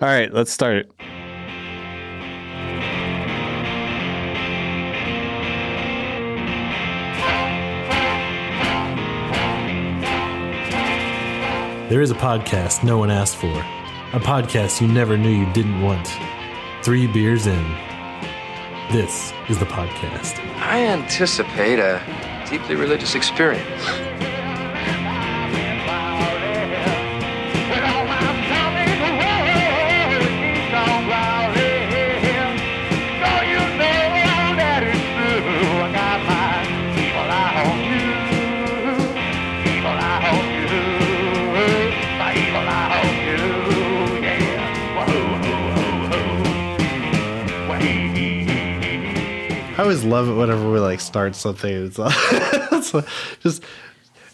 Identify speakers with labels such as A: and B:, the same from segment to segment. A: All right, let's start it.
B: There is a podcast no one asked for, a podcast you never knew you didn't want. Three beers in. This is the podcast.
C: I anticipate a deeply religious experience.
D: I always love it whenever we like start something. It's, like, it's like- just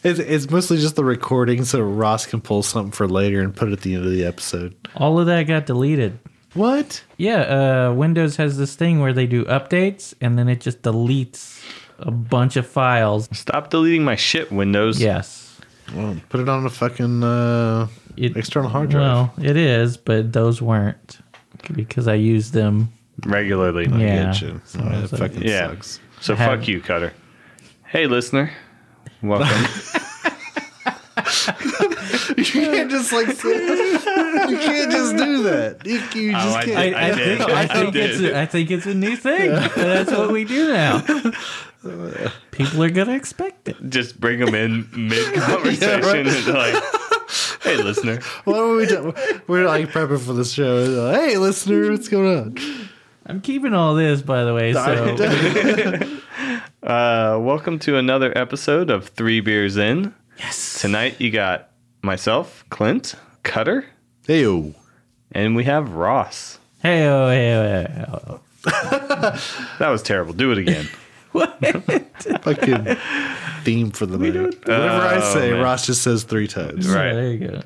D: it's, it's mostly just the recording, so Ross can pull something for later and put it at the end of the episode.
E: All of that got deleted.
D: What?
E: Yeah, uh, Windows has this thing where they do updates and then it just deletes a bunch of files.
A: Stop deleting my shit, Windows.
E: Yes.
D: Well, put it on a fucking uh,
E: It-
D: external hard drive.
E: Well, it is, but those weren't because I used them.
A: Regularly.
E: Yeah.
D: Get you.
E: So
D: Alright,
E: I
D: that
E: was like,
D: fucking
A: Yeah.
D: sucks.
A: So
E: Have-
A: fuck you, Cutter. Hey, listener. Welcome.
D: You can't just like sit- you can't just do that. You, you just
A: I
D: can't.
A: did. I did.
E: think, I
A: I
E: think
A: did.
E: it's a, I think it's a new thing. That's what we do now. People are gonna expect it.
A: Just bring them in mid conversation and like, hey, listener.
D: What are we doing? We're like prepping for the show. It's like, hey, listener, what's going on?
E: I'm keeping all this, by the way. So
A: Oh. Uh, welcome to another episode of Three Beers In. Yes. Tonight you got myself, Clint, Cutter,
D: Hey, yo.
A: and we have Ross.
E: hey, oh, hey, oh, hey, oh.
A: That was terrible. Do it again.
D: fucking theme for the night. Whatever I say,
A: Oh, man.
D: Ross just says three times.
E: Yeah,
A: right.
E: there you go.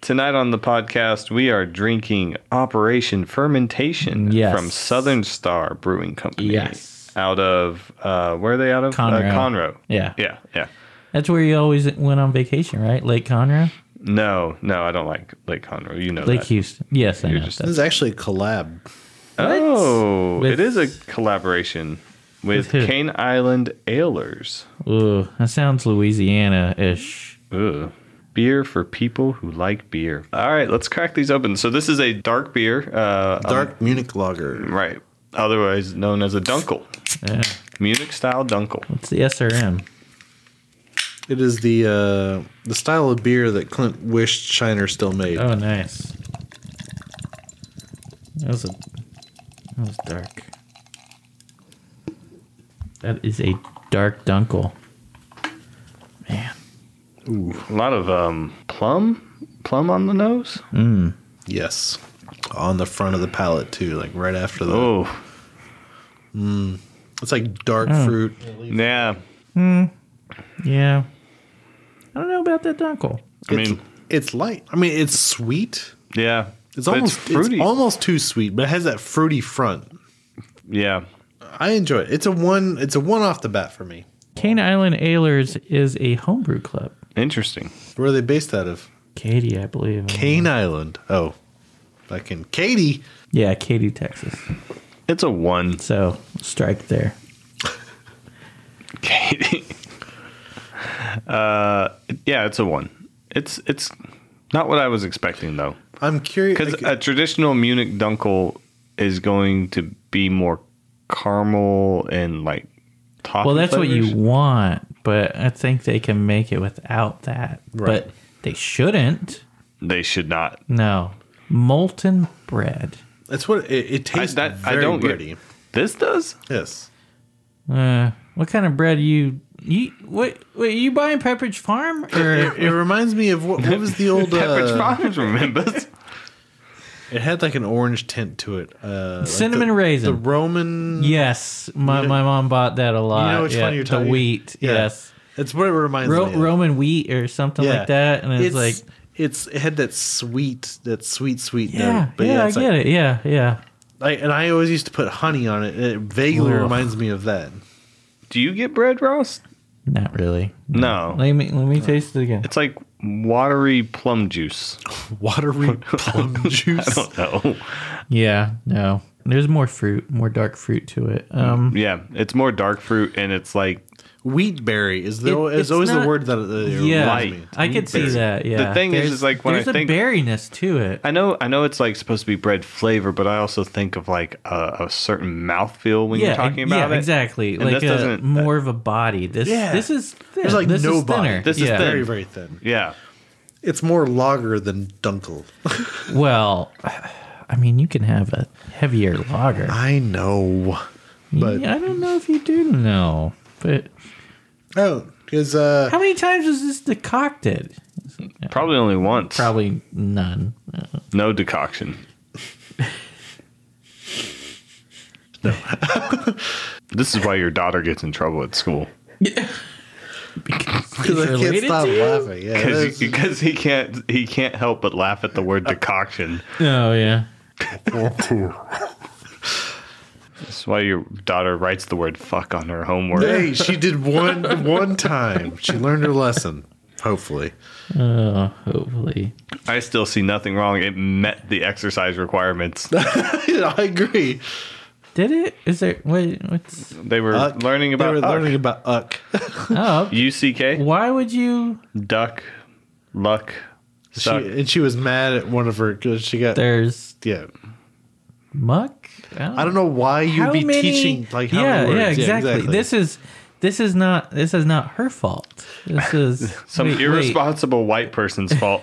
A: Tonight on the podcast, we are drinking Operation Fermentation
E: Yes.
A: from Southern Star Brewing Company.
E: Yes.
A: Out of, uh, where are they out of?
E: Conroe.
A: Uh, Conroe.
E: Yeah.
A: Yeah. Yeah.
E: That's where you always went on vacation, right? Lake Conroe,
A: No, no, I don't like Lake Conroe. You know
E: Lake
A: that.
E: Houston. Yes, I
A: You're
E: know.
A: just-
D: This is actually a collab.
A: Oh,
E: With-
A: it is a collaboration with,
E: who?
A: Cane Island Ailers.
E: Ooh, that sounds Louisiana-ish.
A: Ugh. Beer for people who like beer. All right, let's crack these open. So this is a dark beer, uh,
D: Dark Munich Lager.
A: right? Otherwise known as a dunkel,
E: Yeah.
A: Munich style dunkel.
E: It's Uh, the SRM.
D: It is the uh, the style of beer that Clint wished Shiner still made.
E: Oh, nice. That was a. That was dark. That is a dark dunkel. Man,
A: A lot of um, plum, plum on the nose.
D: Yes, on the front of the palate too, like right after the.
A: Oh,
D: It's like dark fruit.
A: yeah.
E: yeah. I don't know about that dunkel.
A: I
D: It's-
A: mean,
D: It's light. I mean, it's sweet.
A: yeah.
D: It's
A: But
D: almost
A: fruity.
D: It's almost too sweet, but it has that fruity front.
A: yeah.
D: I enjoy it. It's a one. It's a one off the bat for me.
E: Cane Island Ailers is a homebrew club.
A: Interesting.
D: Where are they based out of?
E: Katy, I believe.
D: Cane
A: Mm-hmm.
D: Island. Oh, fucking Katie.
E: Yeah, Katy, Texas.
A: It's a one,
E: So strike there.
A: Katie. uh, yeah, it's a one. It's it's not what I was expecting though.
D: I'm curious.
A: Because a traditional Munich Dunkel is going to be more caramel and like toffee.
E: Well, that's what you
A: flavors.
E: want, but I think they can make it without that.
D: Right.
E: But they shouldn't.
A: They should not.
E: No. Molten bread.
D: That's what it, it
A: I,
D: tastes.
A: that,
D: very
A: I don't
D: bready.
A: get this does.
D: Yes.
E: Uh, what kind of bread you you what wait, you buying Pepperidge Farm or
D: It, it reminds me of what, what was the old.
A: Pepperidge
D: Uh,
A: Farms remembers.
D: it had like an orange tint to it. Uh, like
E: Cinnamon
D: the,
E: raisin.
D: The Roman.
E: yes, my, my mom bought that a lot.
D: which
E: yeah,
D: one you're
E: the
D: talking-
E: wheat.
D: Yeah.
E: Yes.
D: That's what it reminds
E: Ro-
D: me. of.
E: Roman wheat or something
D: Yeah.
E: like that and it's, like
D: it's it had that sweet that sweet sweet
E: yeah,
D: note. But
E: yeah,
D: yeah,
E: I
D: it's
E: get
D: like,
E: it. Yeah, yeah.
D: I- and I always used to put honey on it. and It vaguely
E: Ugh.
D: reminds me of that.
A: Do you get bread, Ross?
E: Not really.
A: No.
E: Let me let me taste it again.
A: It's like watery plum juice.
D: Watery plum juice.
A: No.
E: Yeah, no. There's more fruit, more dark fruit to it. Um,
A: Yeah, it's more dark fruit and it's like
D: Wheat berry is,
E: It-
D: the,
E: it's
D: is always
E: not-
D: the word that it
E: yeah,
D: reminds me.
E: I could see that. Yeah,
A: thing is,
E: There's-
A: is like when I
E: there's a
A: think-
E: berryness to it.
A: I know I know it's like supposed to be bread flavor, but I also think of like a, a certain mouthfeel when
E: yeah,
A: you're talking about
E: yeah,
A: it.
E: exactly.
A: And
E: like
A: this
E: a,
A: doesn't-
E: more of a body. This
D: Yeah.
E: this is thin.
D: There's like
E: this
D: no
E: is
D: body.
E: thinner.
A: This is
E: yeah.
A: thin.
D: Very, very thin.
A: Yeah.
D: It's more lager than dunkel.
E: Well, I mean, you can have a heavier lager.
D: I know. But
E: Yeah, I don't know if you do know, but
D: oh, because uh,
E: how many times was this decocted?
A: Probably only once.
E: Probably none.
A: No decoction. no. this is why your daughter gets in trouble at school.
D: because I can't
E: related
D: stop
E: to you?
D: laughing. Yeah,
A: Because
D: that's-
A: he, because he can't he can't help but laugh at the word decoction.
E: Oh yeah.
A: That's why your daughter writes the word fuck on her homework.
D: hey, she did one one time. She learned her lesson. Hopefully,
E: Oh, hopefully.
A: I still see nothing wrong. It met the exercise requirements.
D: I agree.
E: Did it? Is there? What, what's?
A: They were
D: Uck.
A: learning about
D: they were
A: uck.
D: learning about uck.
E: Oh,
A: UCK,
E: why would you?
A: duck, luck,
D: She,
A: suck.
D: and she was mad at one of her because she got
E: There's
D: yeah.
E: muck.
D: I don't know why you'd be teaching like how
E: yeah,
D: it works.
E: yeah, exactly. This is this is not this is not her fault. This is
A: Some
E: wait,
A: irresponsible white person's fault.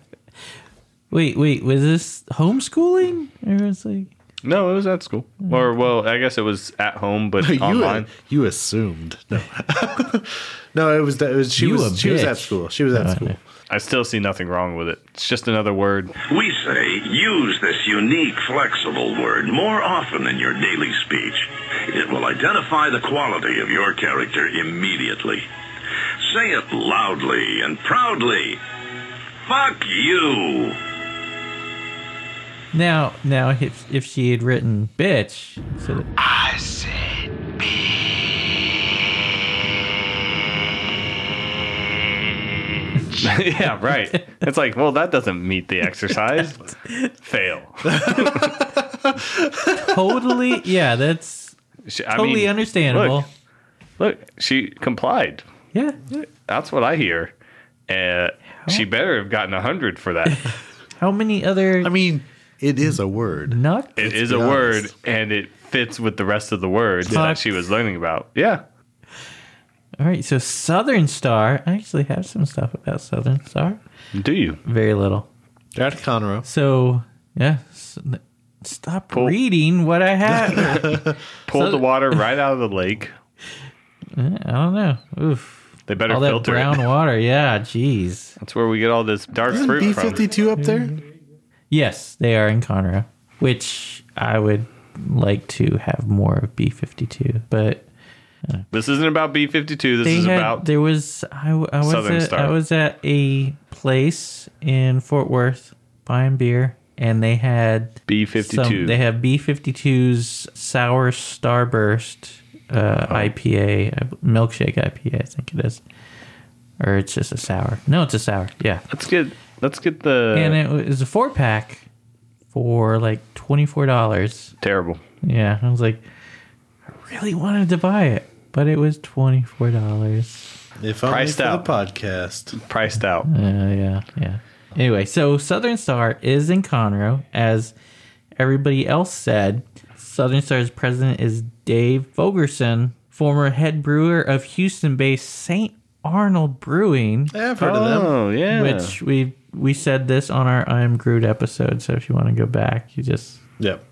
E: Wait, wait, wait, was this homeschooling? Or was like
A: no, it was at school. Or well, I guess it was at home, but online.
D: you uh, you assumed no. no, it was that it was she
E: You a
D: was she was
E: bitch. Uh,
D: at school. She was at school.
A: I still see nothing wrong with it. It's just another word.
F: We say use this unique, flexible word more often in your daily speech. It will identify the quality of your character immediately. Say it loudly and proudly. Fuck you!
E: now now if if she had written bitch instead of-
A: yeah, right. It's like, well, that doesn't meet the exercise. Fail.
E: totally yeah, that's
A: She- I
E: totally
A: mean,
E: understandable.
A: Look, look, she complied.
E: yeah.
A: That's what I hear. Uh,
E: Oh.
A: she better have gotten a hundred for that.
E: How many other
D: I mean, it is a word.
E: nuck?
A: It is
D: be
A: a word,
D: honest.
A: and it fits with the rest of the words that
E: Fuck.
A: she was learning about. Yeah,
E: All right, so Southern Star. I actually have some stuff about Southern Star.
A: do you?
E: Very little.
D: Jared Conroe.
E: So yeah, s- n- stop
A: Pull-
E: reading what I have.
A: Pulled the water right out of the lake.
E: I don't know. Oof,
A: They better
E: all that
A: filter it.
E: brown water. Yeah, jeez.
A: That's where we get all this dark
D: Isn't
A: fruit
D: B
A: from.
D: fifty two up there?
E: Yes, they are in Conroe, which I would like to have more of B fifty two, but
A: This isn't about B fifty two. This
E: they
A: is
E: had
A: about
E: there was I, w- I was
A: Southern
E: at,
A: Star.
E: I was at a place in Fort Worth buying beer, and they had
A: B
E: some-
A: fifty two.
E: They have B 52's Sour Starburst uh,
A: Oh.
E: IPA, uh, milkshake IPA, I think it is. Or it's just a sour. No, it's a sour. Yeah.
A: Let's get let's get the
E: and it was a four pack for like $24.
A: terrible.
E: Yeah. I was like, I really wanted to buy it, but it was $24.
D: If I'm
A: Priced
D: for
A: out.
D: the podcast,
A: Priced out.
E: Uh, yeah. Yeah. Anyway, so Southern Star is in Conroe, as everybody else said. Southern Star's president is Dave Fogerson, former head brewer of Houston based St. Arnold Brewing,
D: yeah, I've heard of them.
A: Oh yeah.
E: which we we said this on our I Am Groot episode. So if you want to go back, you just.
D: Yep,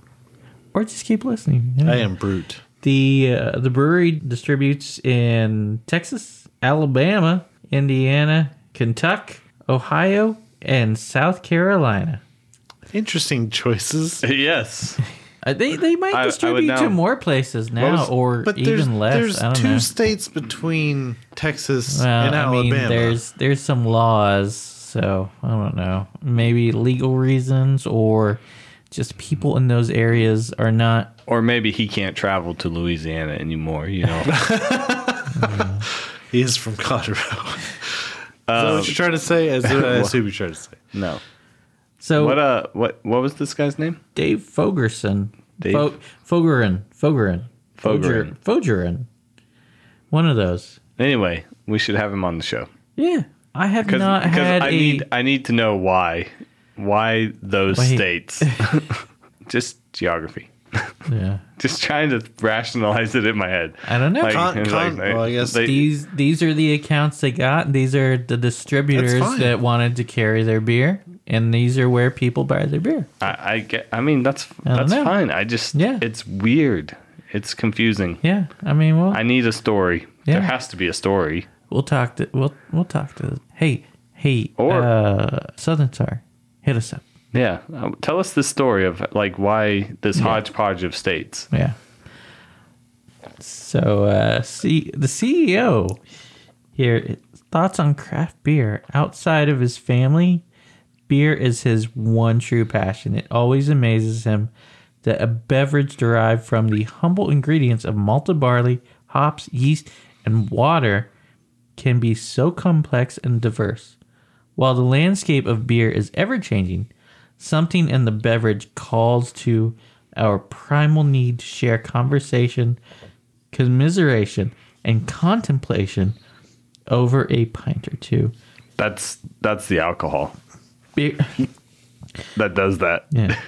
E: Or just keep listening. Yeah.
D: I am brute.
E: The uh, the brewery distributes in Texas, Alabama, Indiana, Kentucky, Ohio, and South Carolina.
D: Interesting choices.
A: yes.
E: Uh, they they might
A: I- I would
E: distribute to
A: know.
E: more places now,
A: was-
E: or
D: But there's
E: even less.
D: there's
E: I don't
D: two
E: know.
D: states between Texas
E: Well,
D: and
E: I mean,
D: Alabama.
E: there's there's some laws, so I don't know. Maybe legal reasons, or just people in those areas are not.
A: Or maybe he can't travel to Louisiana anymore. You know.
D: He is from Colorado. Is that what you're trying to say? Is that Um, what I assume you're trying to say?
A: No.
E: So
A: What uh what what was this guy's name?
E: Dave Fogerson.
A: Dave?
E: Fo- Fogerin. Fogerin.
A: Fogerin.
E: Fogerin. One of those.
A: Anyway, we should have him on the show.
E: Yeah. I have not had
A: I
E: a.
A: need I need to know why. Why those
E: Wait.
A: states? Just geography.
E: yeah.
A: Just trying to rationalize it in my head.
E: I don't know.
D: Con- con- well, I guess
E: these these are the accounts they got. These are the distributors
D: fine.
E: that wanted to carry their beer, and these are where people buy their beer.
A: I, I get. I mean, that's
E: don't
A: that's
E: know.
A: fine. I just
E: Yeah.
A: It's weird. It's confusing.
E: Yeah, I mean, well,
A: I need a story.
E: Yeah.
A: There has to be a story.
E: we'll talk to we'll we'll talk to. Hey, hey,
A: Or-
E: uh, Southern Star, hit us up.
A: Yeah, Uh, tell us the story of like why this hodgepodge of states.
E: Yeah. So, uh, see the CEO here thoughts on craft beer outside of his family. Beer is his one true passion. It always amazes him that a beverage derived from the humble ingredients of malted barley, hops, yeast, and water can be so complex and diverse. While the landscape of beer is ever changing, something in the beverage calls to our primal need to share conversation, commiseration, and contemplation over a pint or two.
A: That's that's the alcohol
E: Beer,
A: that does that.
E: yeah.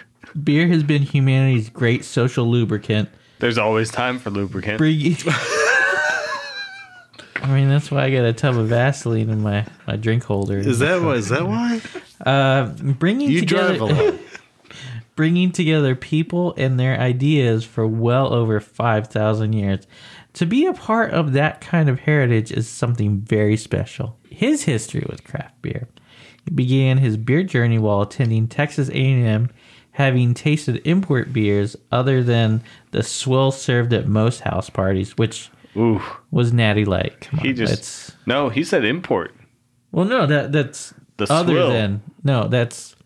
E: beer has been humanity's great social lubricant.
A: There's always time for lubricant.
E: Bring- I mean, that's why I got a tub of Vaseline in my, my drink holder.
D: Is that why? Is that why?
E: bringing
D: You
E: together,
D: drive a lot.
E: bringing together people and their ideas for well over 5,000 years. To be a part of that kind of heritage is something very special. His history with craft beer. He began his beer journey while attending Texas A&M, having tasted import beers other than the swill served at most house parties, which
A: Ooh,
E: was Natty Light. Come on,
A: he just
E: that's-
A: no. He said import.
E: well, no, that that's
A: The
E: other
A: swill.
E: than no, that's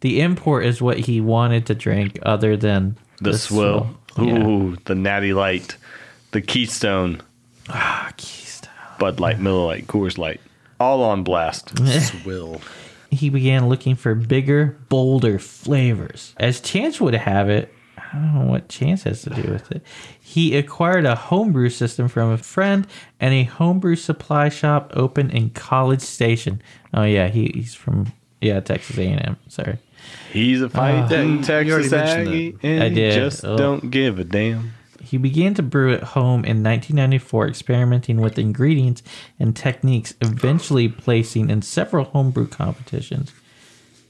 E: the import is what he wanted to drink, other than
A: The, swill.
E: Yeah.
A: Ooh, the natty light, the Keystone,
E: Ah, Keystone.
A: Bud Light, Miller Light, Coors Light, all on blast.
D: Will.
E: He began looking for bigger, bolder flavors. As chance would have it, I don't know what chance has to do with it. He acquired a homebrew system from a friend and a homebrew supply shop opened in College Station. Oh yeah, he, he's from yeah Texas A&M. Sorry.
A: He's a
E: Uh,
A: fighting Texas
D: mentioned
A: Aggie, and
E: I
A: he
E: did. Oh.
A: just
E: Ugh.
A: don't give a damn.
E: He began to brew at home in 1994, experimenting with ingredients and techniques, eventually placing in several homebrew competitions.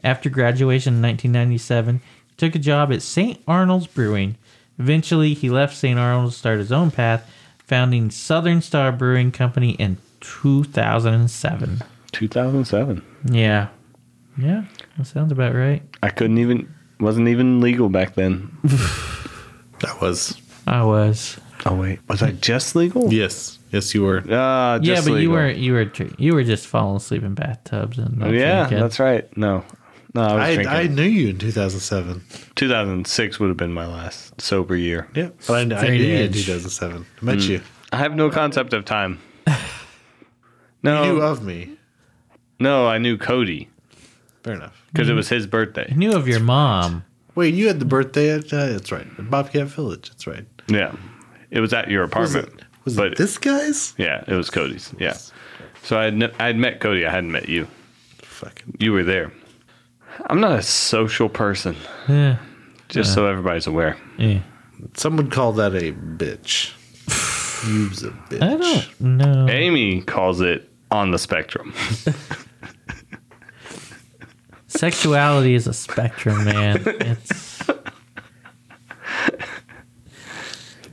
E: After graduation in 1997, he took a job at St. Arnold's Brewing. Eventually, he left St. Arnold's to start his own path, founding Southern Star Brewing Company in 2007.
A: 2007.
E: Yeah. Yeah, that sounds about right.
A: I couldn't even. Wasn't even legal back then.
D: That was.
E: I was.
A: Oh wait, was I just legal?
D: Yes. Yes, you were.
A: Uh,
E: yeah,
A: just
E: but you
A: legal.
E: were you were dr- you were just falling asleep in bathtubs and not
A: yeah,
E: drinking.
A: that's right. No, no, I was
D: I,
A: drinking.
D: I knew you in 2007.
A: 2006 would have been my last sober year.
D: Yeah. Mm. But I, I knew you in
E: Drainage.
D: 2007. I met you.
A: I have no concept of time.
D: You knew uh,
A: No,
D: of me.
A: no, I knew Cody
D: Fair enough.
A: because it was his birthday.
E: I knew of your mom.
D: Wait, you had the birthday at, uh, that's right, at Bobcat Village. That's right.
A: Yeah, it was at your
D: Was
A: apartment.
D: it, was
A: but
D: it this guy's?
A: yeah, it was Cody's. Yeah, so I had ne- I had met Cody. I hadn't met you.
D: Fucking.
A: You were there. I'm not a social person.
E: Yeah.
A: Just so
D: Uh-huh.
A: everybody's aware.
E: Yeah.
D: Some would call that a bitch. You's a bitch.
E: I don't know.
A: Amy calls it on the spectrum.
E: Sexuality is a spectrum, man. It's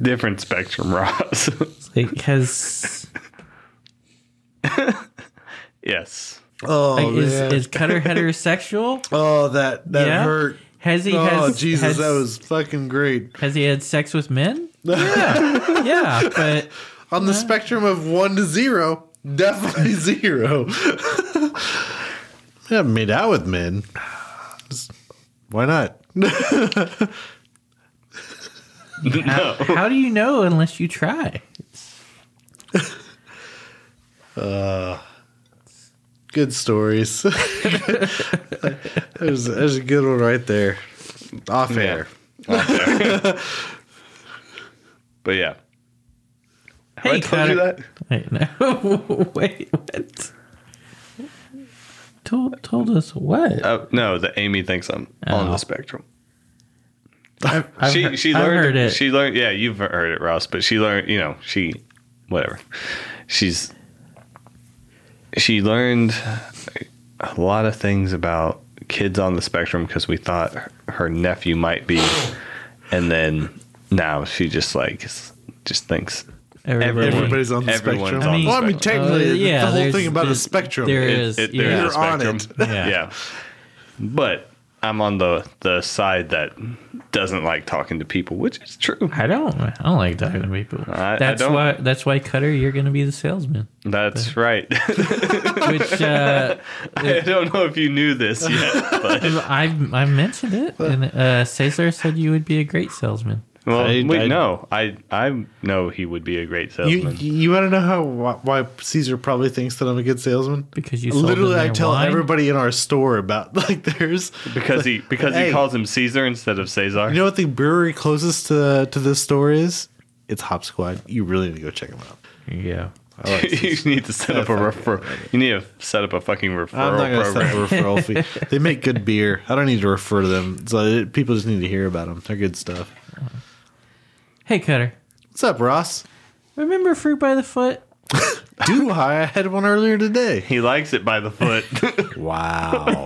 A: Different spectrum, Ross.
E: like has
A: yes.
D: Oh,
E: like, is,
D: man.
E: is Cutter heterosexual?
D: oh, that, that
E: Yeah.
D: hurt.
E: Has he
D: oh,
E: has,
D: Jesus,
E: has,
D: that was fucking great.
E: has he had sex with men? Yeah. yeah, but
D: On the spectrum of one to zero, definitely zero. yeah, made out with men. Just- why not?
A: No.
E: how do you know unless you try?
D: good stories. there's, there's a good one right there. Off air.
A: But yeah.
E: Hey,
A: I told you that?
E: Wait, no. Wait, what? Told told us what?
A: Uh, no, that Amy thinks I'm on
E: Oh.
A: the spectrum.
E: I've
A: she
E: heard-
A: she
E: I've
A: learned
E: heard it.
A: She learned. Yeah, you've heard it, Ross. But she learned. You know, she whatever. She's she learned a lot of things about kids on the spectrum because we thought her- her nephew might be, and then now she just like is- just thinks
E: Everybody.
A: everyone-
D: Everybody's on the
A: Everyone's
D: spectrum.
A: on the
D: well, I mean,
A: spectrum.
D: technically,
E: Uh, yeah,
D: the whole
E: there's-
D: thing about the
E: there's-
D: spectrum.
E: there
A: It-
E: is.
A: it-
E: yeah.
A: there's a
D: You're on
A: spectrum.
D: it.
E: Yeah.
A: yeah. But I'm on the the side that doesn't like talking to people, which is true.
E: I don't. I don't like talking to people.
A: I- I
E: that's
A: don't.
E: why. That's why, Cutter, you're going to be the salesman.
A: That's right.
E: Which uh,
A: I don't know if you knew this yet, but
E: I've I mentioned it, and uh, Cesar said you would be a great salesman.
A: well,
D: I-
A: wait,
D: I-
A: no, I I know he would be a great
D: You
A: salesman.
D: you want to know how wh- why Caesar probably thinks that I'm a good salesman?
E: Because you sold
D: literally
E: him
D: I
E: their
D: tell
E: wine?
D: everybody in our store about like there's
A: because he because
D: Hey.
A: he calls him Caesar instead of Caesar.
D: you know what the brewery closest to to this store is? It's Hop Squad. You really need to go check them out.
E: Yeah.
D: Oh,
A: you need to set up a refer. You need to set up a fucking
D: I'm not
A: referral
D: going to set
A: program.
D: a referral fee. They make good beer. I don't need to refer to them. So it, people just need to hear about them. They're good stuff.
E: Hey, Cutter.
D: What's up, Ross?
E: Remember Fruit by the Foot?
D: Do I? I had one earlier today.
A: He likes it by the foot.
D: Wow.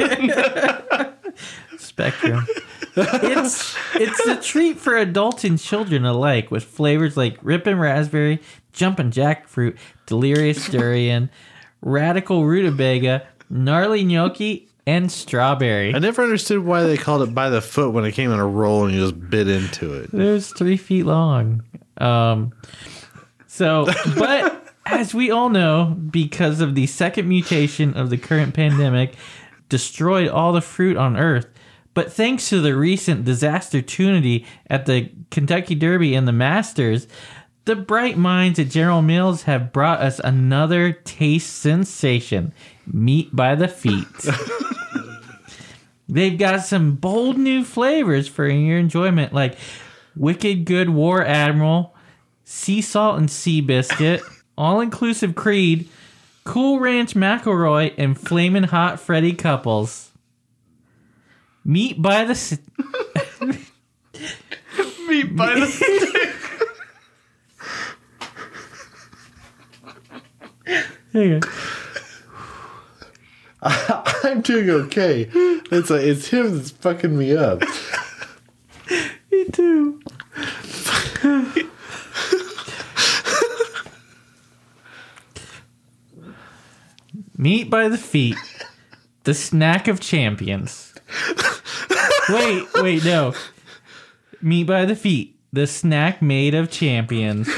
E: Spectrum. it's it's a treat for adults and children alike with flavors like rippin' raspberry, jumpin' jackfruit, delirious durian, radical rutabaga, gnarly gnocchi, and strawberry.
D: I never understood why they called it by the foot when it came in a roll and you just bit into it.
E: There's three feet long. Um, so, but as we all know, because of the second mutation of the current pandemic, destroyed all the fruit on Earth. But thanks to the recent disaster tunity at the Kentucky Derby and the Masters, the bright minds at General Mills have brought us another taste sensation meat by the feet. They've got some bold new flavors for your enjoyment, like Wicked Good War Admiral, Sea Salt and Sea Biscuit, All Inclusive Creed, Cool Ranch McElroy, and Flamin' Hot Freddy Couples. Meat by the. S-
A: Meat by the
E: Hang on.
D: I'm doing okay. It's a, it's him that's fucking me up.
E: Me too. Meat by the feet. The snack of champions. Wait, wait, no. Meat by the feet. The snack made of champions.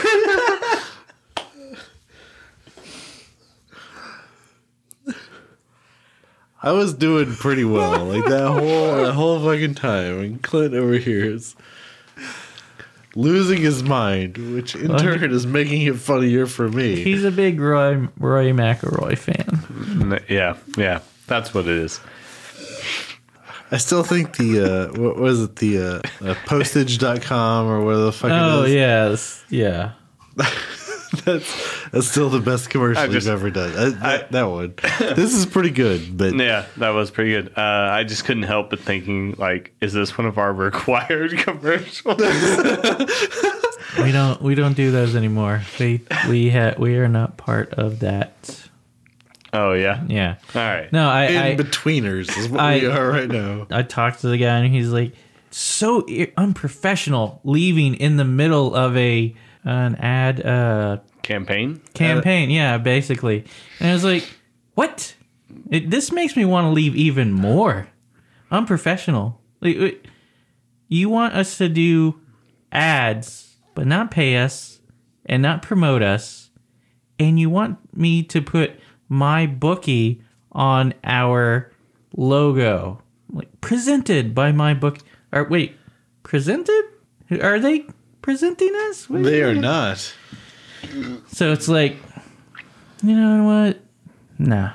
D: I was doing pretty well, like that whole that whole fucking time. And Clint over here is losing his mind, which in turn is making it funnier for me.
E: He's a big Roy Roy McElroy fan.
A: yeah, yeah, that's what it is.
D: I still think the uh, what was it the uh, uh, postage.com or whatever the fuck
E: Oh
D: it is.
E: yes, yeah.
D: That's, that's still the best commercial
A: I just-
D: you've ever done. Uh, that, that one. This is pretty good, but
A: Yeah, that was pretty good. Uh, I just couldn't help but thinking, like, is this one of our required commercials?
E: We don't we don't do those anymore. We we ha- we are not part of that.
A: oh yeah.
E: Yeah.
A: All right.
E: No, I
D: in
E: I,
D: betweeners is what
E: I-
D: we are right now.
E: I talked to the guy and he's like, so i- unprofessional leaving in the middle of a an ad uh,
A: Campaign.
E: campaign. yeah, basically. And I was like, what? It, this makes me want to leave even more. Unprofessional. Like, wait, you want us to do ads, but not pay us and not promote us, and you want me to put my bookie on our logo, like presented by my book. Or wait, presented? Are they presenting us? What-
D: They are not.
E: so it's like, you know what? Nah,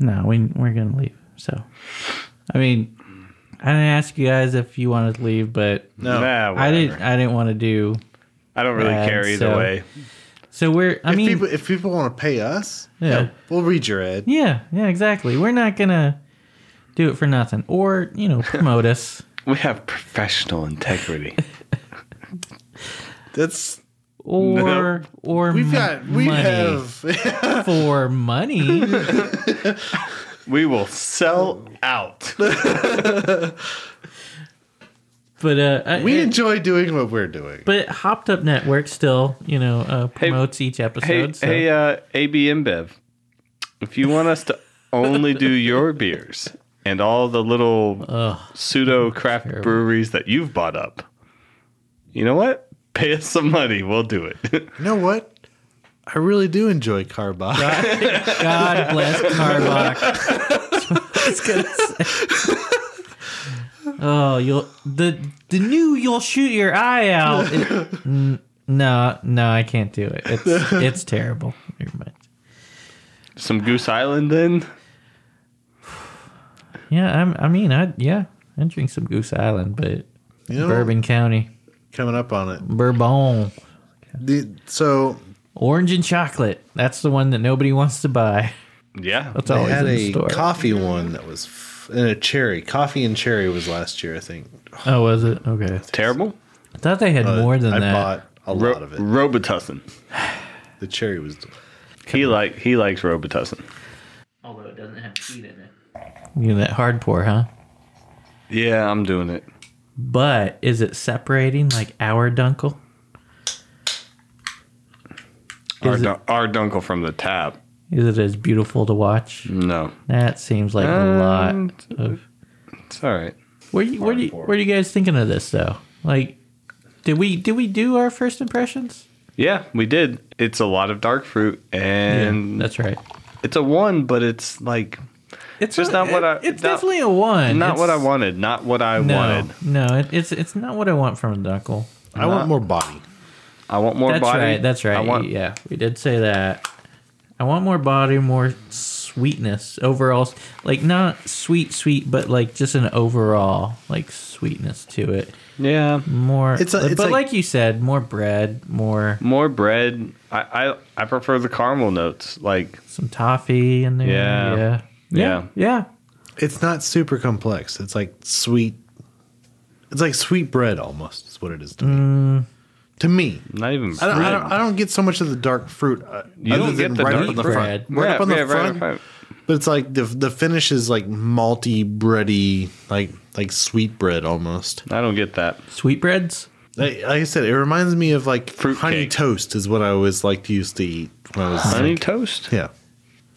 E: No, we we're gonna leave. So, I mean, I didn't ask you guys if you wanted to leave, but
A: No, nah,
E: I didn't.
A: Oh, whatever.
E: I didn't want to do.
A: I don't really
E: Yeah,
A: care either
D: uh,
E: so-
A: way.
E: So we're. I
D: if
E: mean,
D: people if people want to pay us,
E: yeah,
D: we'll read your ad.
E: yeah, yeah. Exactly. We're not gonna do it for nothing, or you know, promote us.
A: We have professional integrity.
D: That's
E: Or or m-
D: we've got we
E: money
D: have
E: for money.
A: we will sell out.
E: But uh, I-
D: we
E: I-
D: enjoy doing what we're doing.
E: but Hopped Up Network still, you know, uh, promotes each episode.
A: hey,
E: so.
A: hey, uh, AB InBev, if you want us to only do your beers and all the little pseudo craft breweries that you've bought up, you know what? Pay us some money. We'll do it.
D: You know what? I really do enjoy Carbach.
E: God bless Carbach. That's what I was gonna say. Oh, you'll the the new you'll shoot your eye out. It- n- no, no, I can't do it. It's it's terrible. Never mind.
A: some Goose Island, then.
E: Yeah, I'm, I mean, I yeah, I drink some Goose Island, but
D: You know,
E: Bourbon County,
D: coming up on it.
E: Bourbon,
D: The, so
E: orange and chocolate. That's the one that nobody wants to buy.
A: Yeah.
E: That's
D: I
E: always
D: had
E: in the
D: a
E: store.
D: coffee one that was f- and a cherry. Coffee and cherry was last year, I think.
E: oh, was it okay?
A: Terrible.
E: I thought they had more than
D: Uh, I
E: that.
D: bought a
A: Ro-
D: lot of it.
A: Robitussin.
D: The cherry was the-
A: He like he likes Robitussin.
E: Although it doesn't have sweet in it. You know that hard pour, huh?
A: Yeah, I'm doing it.
E: But is it separating like our dunkel?
A: Our,
E: Is it-
A: dun- our Dunkel from the tap.
E: Is it as beautiful to watch?
A: No,
E: That seems like a lot of.
A: it's all right.
E: Where you where do you, where you guys thinking of this though? Like, did we did we do our first impressions?
A: Yeah, we did. It's a lot of dark fruit, and
E: that's right.
A: it's a one, but it's like
E: It's
A: just not what I- not-
E: It's definitely a one.
A: not what I
E: It's-
A: wanted. Not what I
E: No,
A: wanted.
E: no, it, it's it's not what I want from a dunkel.
D: I want more body.
A: I want more
E: That's
A: body.
E: right. That's right.
A: I want
E: yeah, we did say that. I want more body, more sweetness overall. Like not sweet, sweet, but like just an overall like sweetness to it.
A: yeah.
E: More.
D: It's a- it's
E: but
D: like-
E: like, you said, more bread, more
A: More bread. I, I I prefer the caramel notes. Like
E: some toffee in there.
A: Yeah.
E: Yeah.
A: Yeah.
E: Yeah.
D: It's not super complex. It's like sweet. It's like sweet bread almost. Is what it is to me.
E: Mm.
D: To me,
A: not even.
D: I don't, I
A: bread.
D: don't. I don't get so much of the dark fruit. Uh,
A: You
D: other
A: don't
D: than
A: get the
D: right
A: dark
D: up on the
A: fruit.
D: front.
E: Bread.
D: Right up on the
A: yeah, right
D: front.
A: up front.
D: But it's like the the finish is like malty, bready, like like sweet bread almost.
A: I don't get that.
E: Sweetbreads.
D: Like, like I said, it reminds me of like
A: Fruit
D: honey
A: cake.
D: toast is what I always liked to used to eat when I was
A: Honey toast.
D: yeah,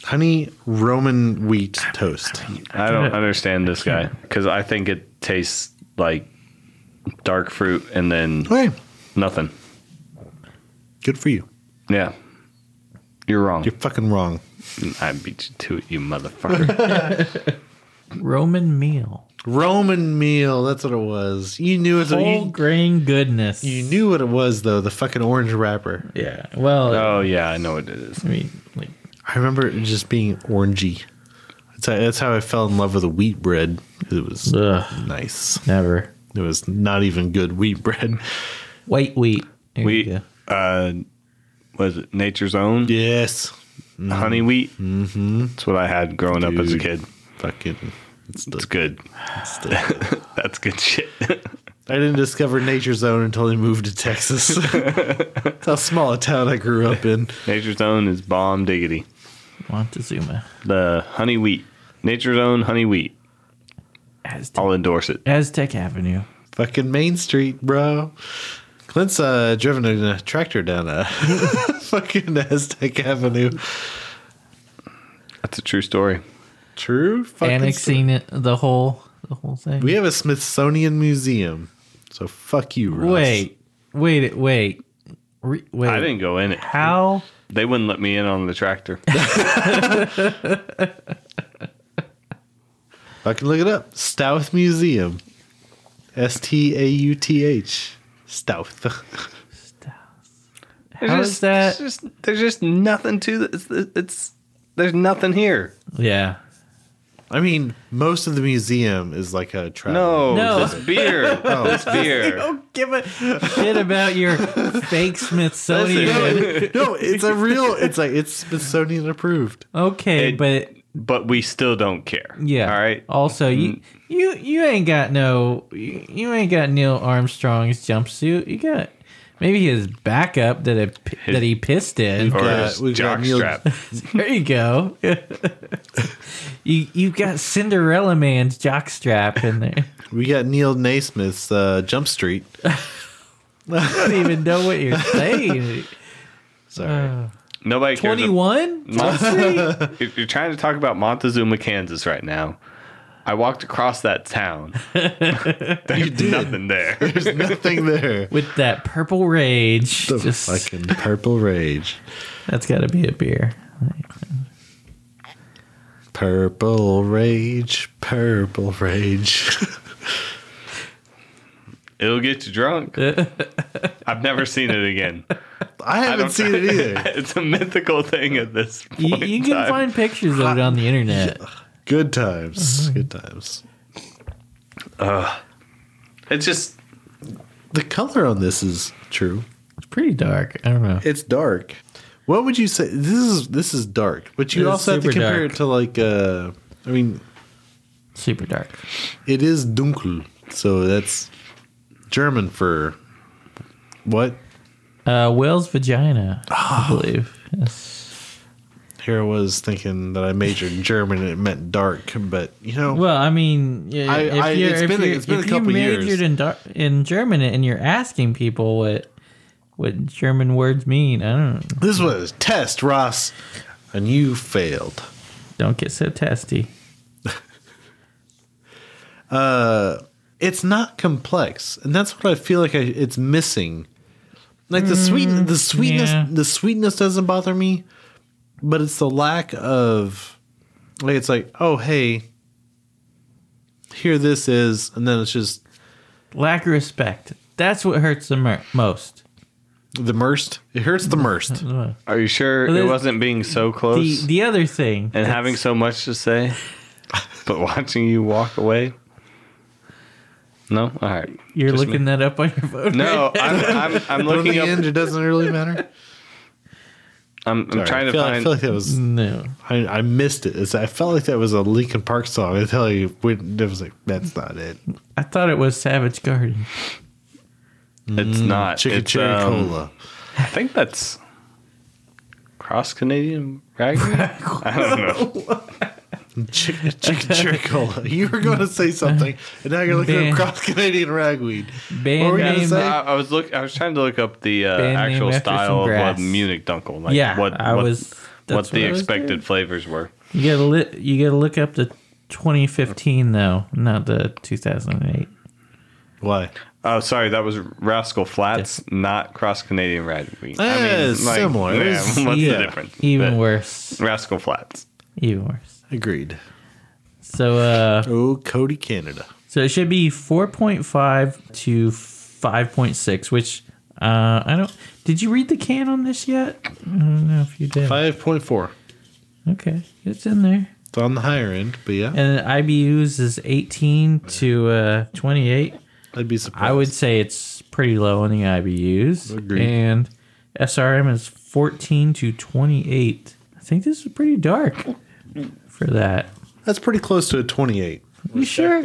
D: honey Roman wheat toast.
A: I don't understand this guy because I think it tastes like dark fruit and then
D: Okay,
A: nothing.
D: good for you.
A: Yeah, you're wrong.
D: You're fucking wrong.
A: I beat you to it, you motherfucker.
E: Roman meal.
D: Roman meal. That's what it was. You knew it.
E: Whole
D: You,
E: grain goodness.
D: you knew what it was though. The fucking orange wrapper.
E: Yeah. Well,
A: oh yeah, I know what it is.
E: I mean, like
D: I remember it just being orangey. That's how, that's how I fell in love with the wheat bread. 'cause It was
E: ugh,
D: nice.
E: never
D: It was not even good wheat bread.
E: white wheat. There you
A: Wheat.
E: go.
A: Uh, was it Nature's Own
D: Yes.
A: honey wheat? Mm-hmm. That's what I had growing up as a
D: Dude.
A: kid.
D: Fucking. It's
A: It's
D: the,
A: good.
D: it's the-
A: That's good shit.
D: I didn't discover Nature's Own until I moved to Texas. That's how small a town I grew up in.
A: Nature's Own is bomb diggity.
E: Montezuma.
A: The honey wheat. Nature's Own honey wheat.
E: Aztec,
A: I'll endorse it.
E: Aztec Avenue.
D: Fucking Main Street, bro. Clint's uh, driven a tractor down a fucking Aztec Avenue.
A: That's a true story.
D: True. Fucking
E: Annexing it, the whole the whole thing.
D: We have a Smithsonian Museum. So fuck you, Russ.
E: wait, wait, wait, Re- wait.
A: I didn't go in it.
E: How?
A: They wouldn't let me in on the tractor.
D: Fucking look it up. Stouth Museum. S T A U T H. Stouth.
E: How is that?
A: there's just nothing to this. It's, there's nothing here.
E: Yeah.
D: I mean, most of the museum is like a travel.
A: No,
E: Uh, No.
A: it's beer. Oh, it's beer.
E: Don't give a shit about your fake Smithsonian.
D: no, it's a real. It's like it's Smithsonian approved.
E: Okay,
A: It-
E: but
A: But we still don't care.
E: yeah.
A: All right. Mm.
E: Also, you you you ain't got no you, you ain't got Neil Armstrong's jumpsuit. You got maybe his backup that it, that he pissed in.
A: Or
D: got-
A: his
D: we've got Neil-
A: jockstrap.
E: There you go. you you got Cinderella Man's jockstrap in there.
D: We got Neil Naismith's uh, Jump Street.
E: I don't even know what you're saying. Uh.
D: Sorry,
A: Nobody cares.
E: Twenty one.
A: if you're trying to talk about Montezuma, Kansas right now, I walked across that town. There's nothing there.
D: there's nothing there.
E: with that purple rage.
D: The
E: just
D: fucking purple rage,
E: that's got to be a beer.
D: purple rage, purple rage.
A: It'll get you drunk. I've never seen it again.
D: I haven't
A: don't-
D: seen it either.
A: It's a mythical thing at this point.
E: You, you
A: in
E: can
A: time.
E: find pictures of it on the internet.
D: Good times,
E: Mm-hmm.
D: good times.
A: It's just
D: The color on this is true.
E: It's pretty dark. I don't know.
D: It's dark. What would you say? This is this is dark, but you
E: It is
D: also have to
E: super
D: compare
E: dark.
D: it to like. Uh, I mean,
E: Super dark.
D: it is dunkel, so that's German for what?
E: Uh, whale's vagina,
A: Ah.
E: I believe. Yes.
D: Here I was thinking that I majored in German and it meant dark, but you know,
E: Well, I mean, yeah,
D: I-
E: if
D: I-
E: you're,
D: it's
E: if
D: been a-
E: you're,
D: it's been a
E: if
D: couple
E: you
D: years.
E: majored in dar- in German and you're asking people what what German words mean, I don't
D: this was a test, Ross, and you failed.
E: don't get so testy.
D: It's not complex, and that's what I feel like I, it's missing. Like the sweet,
A: Mm,
D: the sweetness,
E: yeah.
D: the sweetness doesn't bother me, but it's the lack of, like, it's like, oh hey, here this is, and then it's just
E: Lack of respect. That's what hurts the mer- most.
D: the merst. It hurts the merst.
A: Are you sure
E: Well,
A: it
E: there's-
A: wasn't being so
E: The
A: close
E: the other thing
A: and having so much to say, but watching you walk away? No? All right.
E: You're
A: Just me.
E: looking that up on your phone.
A: No, I'm, I'm, I'm
D: In
A: looking
D: the
A: up.
D: end, it doesn't really matter.
A: I'm, I'm trying
D: I
A: to
D: feel, I
A: find.
D: feel like that was
E: No.
D: I, I missed it. It's, I felt like that was a Linkin Park song. I tell you, when, it was like that's not it.
E: I thought it was Savage Garden.
A: It's not.
D: Mm, Chicken
A: it's,
D: cherry
A: um,
D: cola.
A: I think that's cross Canadian ragweed. I don't know.
D: Chicken, chicken cherry cola. You were going to say something, and now you're looking
E: Ban-
D: at cross Canadian ragweed. What
E: Band
D: were you gonna
E: name.
D: say?
A: I, I was look. I was trying to look up the uh,
E: Band name
A: actual
E: after some
A: style of
E: grass.
A: what Munich Dunkel. Like
E: yeah,
A: what
E: I
A: what,
E: was.
A: what
E: that's
A: the
E: I was
A: expected flavors were.
E: doing. You gotta li- You gotta look up the 2015 though, not the 2008.
D: Why?
A: Oh, sorry, that was Rascal Flats, not cross Canadian ragweed.
D: Eh, it's similar.
A: yeah,
D: It's-
A: what's
D: yeah.
A: the difference?
E: Even
A: But
E: worse.
A: Rascal Flats.
E: Even worse.
D: Agreed.
E: So, uh,
D: Oh, Cody Canada.
E: so it should be 4.5 to 5.6, which uh, I don't. Did you read the can on this yet? I don't know if you did.
D: Five point four.
E: Okay, it's in there.
D: It's on the higher end, but yeah,
E: and IBUs is 18 to uh, 28.
D: I'd be surprised.
E: I would say it's pretty low on the IBUs.
D: Agreed.
E: And SRM is 14 to 28. I think this is pretty dark for that.
D: That's pretty close to a twenty-eight.
E: You sure?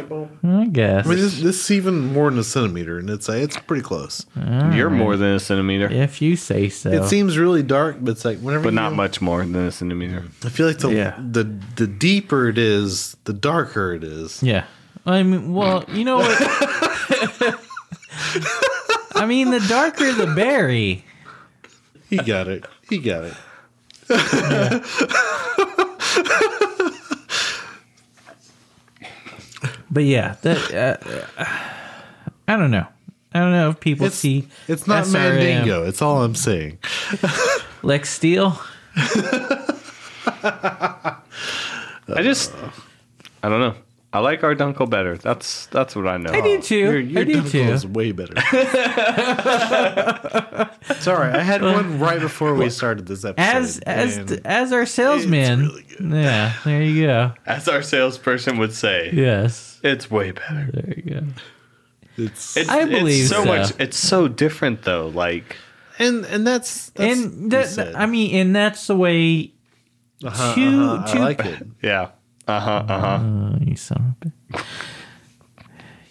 E: I guess.
D: I mean, this, this is even more than a centimeter, and it's like, it's pretty close.
A: You're more than a centimeter,
E: if you say so.
D: It seems really dark, but it's like whenever
A: but
D: you-
A: not much more than a centimeter.
D: I feel like the
A: Yeah.
D: the the deeper it is, the darker it is.
E: yeah. I mean, well, you know what? I mean, the darker the berry.
D: He got it. He got it.
E: But yeah, that uh, I don't know. I don't know if people
D: It's
E: see
D: it's not
E: SRM.
D: Mandingo. It's all I'm saying.
E: Lex Steele.
D: Uh,
A: I just, I don't know. I like our Dunkel better. That's that's what I know.
E: I do too. I
D: Your, your
E: do
D: Dunkel
E: too.
D: is way better. Sorry, I had one right before we started this episode.
E: As as
D: and
E: as our salesman.
D: really good.
E: yeah, there you go.
A: As our salesperson would say,
E: Yes,
A: it's way better.
E: there you go.
D: it's
A: It's,
E: I believe
A: it's so,
E: so.
A: much. It's so different though. Like
D: and and that's, that's
E: and that,
D: decent.
E: I mean, and that's the way.
D: Uh-huh,
E: two-
D: uh-huh,
E: two-
D: I like it.
A: yeah. Uh huh. Uh huh.
E: Oh, you son of a bitch.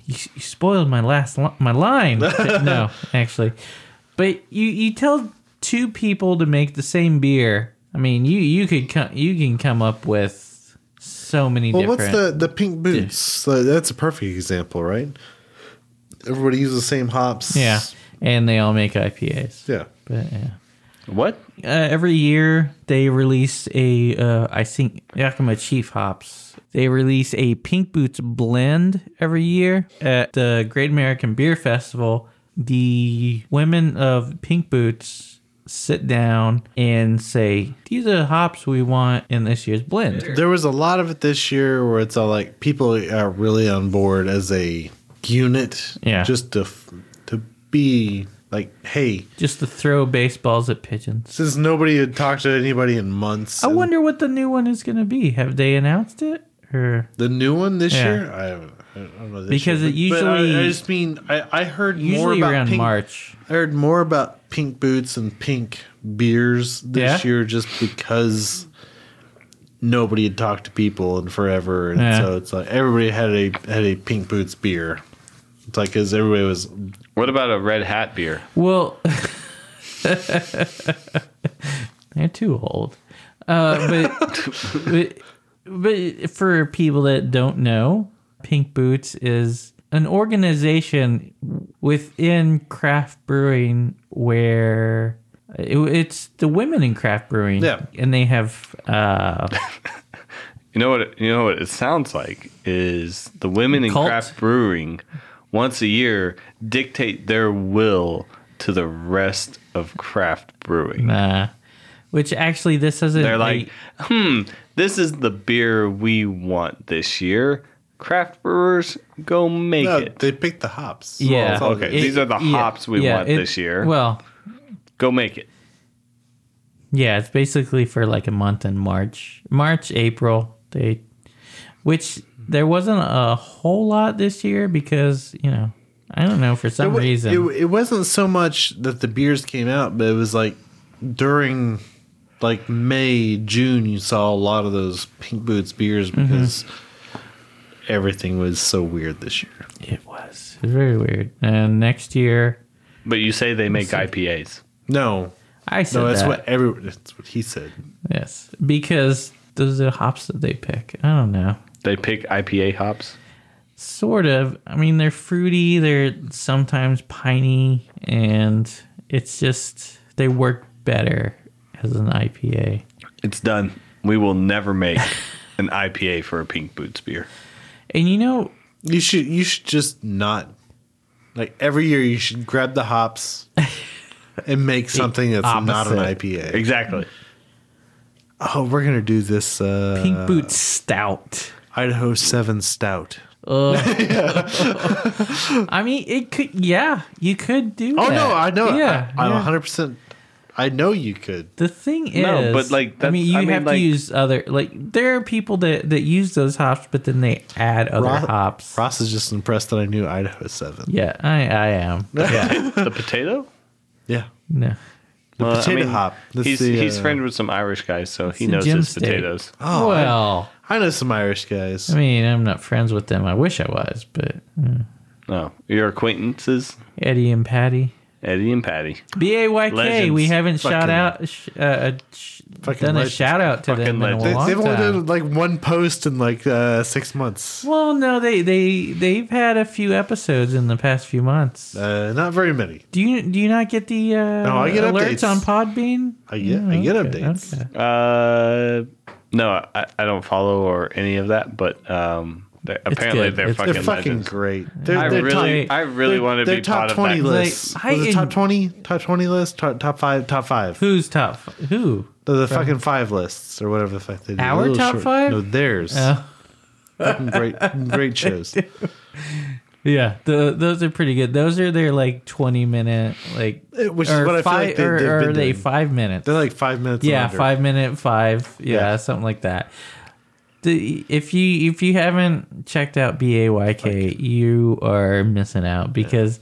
E: You, you spoiled my last li- my line. no, actually, but you you tell two people to make the same beer. I mean, you you could come you can come up with so many.
D: Well,
E: different,
D: what's the the pink boots? Uh, That's a perfect example, right? Everybody uses the same hops.
E: yeah? And they all make IPAs.
D: yeah.
E: But yeah.
A: What?
E: uh, every year they release a uh, I think Yakima Chief hops. They release a Pink Boots blend every year at the Great American Beer Festival. The women of Pink Boots sit down and say, "These are the hops we want in this year's blend."
D: There was a lot of it this year where it's all like people are really on board as a unit.
E: Yeah.
D: Just to f- to be like, hey,
E: Just to throw baseballs at pigeons.
D: since nobody had talked to anybody in months,
E: I
D: and
E: wonder what the new one is going to be. Have they announced it? Or
D: the new one this
E: Yeah.
D: year. I haven't. I don't know this
E: Because
D: year,
E: it
D: but- but I- I,
E: usually-
D: just mean I, I heard more
E: usually
D: about
E: around
D: pink,
E: March.
D: I heard more about pink boots and pink beers
E: Yeah?
D: this year just because nobody had talked to people in forever, and
E: Yeah.
D: so it's like everybody had a had a pink boots beer. It's like because everybody was
A: What about a red hat beer?
E: Well, they're too old. Uh, but, but but for people that don't know, Pink Boots is an organization within craft brewing where it, it's the women in craft brewing,
D: Yeah.
E: and they have uh,
A: You know what? You know what it sounds like is the women in
E: Cult?
A: craft brewing once a year dictate their will to the rest of craft brewing.
E: uh, which actually this isn't.
A: They're
E: a-
A: like, hmm, this is the beer we want this year. Craft brewers, go make
D: no,
A: it.
D: oh, they picked the hops.
E: yeah,
A: all good. These are the hops we want
E: it-
A: this year.
E: Well,
A: Go make it.
E: Yeah, it's basically for like a month in March, March, April. They, which there wasn't a whole lot this year because you know I don't know for
D: It,
E: some
D: wa-
E: reason.
D: it, it wasn't so much that the beers came out, but it was like during like May, June, you saw a lot of those pink boots beers
E: Mm-hmm.
D: because everything was so weird this year.
E: it was it was very weird. And next year,
A: But you say they make IPAs.
D: No,
E: I said
D: no, that's
E: that.
D: what every that's what he said.
E: Yes, because those are the hops that they pick. I don't know.
A: They pick IPA hops.
E: Sort of. I mean, they're fruity. They're sometimes piney, and it's just they work better as an IPA.
A: It's done. We will never make an IPA for a Pink Boots beer.
E: And you know,
D: You should you should just not like every year you should grab the hops and make something that's not an
E: opposite.
D: IPA.
A: Exactly.
D: Oh, we're gonna do this uh,
E: Pink Boots Stout.
D: Idaho Seven Stout.
E: I mean, it could. Yeah, you could do.
D: Oh
E: that.
D: no, I know.
E: Yeah,
D: I, am
E: yeah.
D: 100. percent I know you could.
E: The thing is,
A: No, but, like,
E: I
A: that's-
E: mean, you
A: I mean,
E: have to
A: like-
E: use other. Like, there are people that that use those hops, but then they add other
D: Ro-
E: hops.
D: Ross is just impressed that I knew Idaho Seven.
E: yeah, I I am.
A: the potato?
D: Yeah,
E: No,
D: the
A: Well, I
D: potato
A: mean,
D: hop. That's
A: he's
D: the,
A: he's
D: uh,
A: friend with some Irish guys, so he
E: the
A: knows
E: gym
A: his
E: steak.
A: potatoes.
D: Oh,
E: well,
D: I know some Irish guys.
E: I, mean, I'm not friends with them. I wish I was, but mm.
A: No, Oh, your acquaintances,
E: Eddie and Patty.
A: Eddie and Patty.
E: B A Y K.
A: Legends.
E: We haven't shout
D: Fucking-
E: out, sh- uh, sh-
D: Fucking
E: done a
D: legends.
E: shout out to
A: Fucking
E: them in a
A: legends.
D: They,
E: long
D: they've only
E: time.
D: done like one post in like uh, six months.
E: Well, no, they they they've had a few episodes in the past few months.
D: Uh, not very many.
E: do you do you not get the uh,
D: No, I get
E: alerts
D: updates.
E: on Podbean?
D: I get I get updates.
E: Okay.
A: Uh, no, I, I don't follow or any of that, but um, they, apparently
E: good.
A: they're
E: It's-
A: fucking
D: They're fucking
A: legends.
D: great. They're,
A: I
D: they're
A: really,
E: top-
A: I really
D: they're-
A: want to
D: they're
A: be
D: top
A: top part
D: twenty
A: of that.
E: Like,
D: lists.
E: I
D: Was it top
E: en-
D: twenty? Top twenty list? Top, top five? Top five?
E: Who's tough? Who?
D: The, the fucking five lists or whatever the fuck they do.
E: Our
D: Those
E: top
D: short-
E: five?
D: No, theirs.
E: Oh.
D: Fucking great, great shows.
E: Yeah, the, those are pretty good. Those are their like twenty minute like
D: Uh, which is what I feel like they-
E: or,
D: they've
E: or
D: been
E: are they
D: doing.
E: five minutes?
D: They're like five minutes. and
E: yeah,
D: under.
E: five minute five. Yeah,
D: Yeah.
E: something like that. The, if you if you haven't checked out BAYK, you are missing out because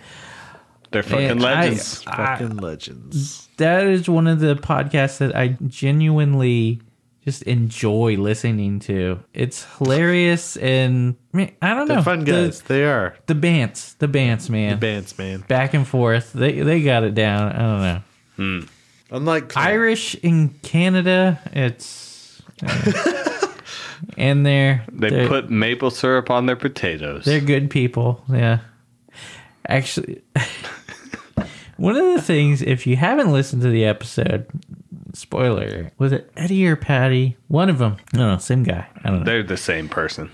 A: They're fucking
E: And I-
A: legends.
D: Fucking legends.
E: that is one of the podcasts that I genuinely just enjoy listening to. It's hilarious and man, I don't
D: They're
E: know
D: fun guys.
E: The,
D: they are
E: the bants, the bants, man,
D: bands, man.
E: back and forth. They they got it down. I don't know.
D: Unlike
E: Irish in Canada, it's uh, and they're
A: They
E: they're,
A: put maple syrup on their potatoes.
E: they're good people. Yeah, actually, one of the things if you haven't listened to the episode, spoiler was it Eddie or Patty? One of them. No, no, same guy. I don't know.
A: They're the same person.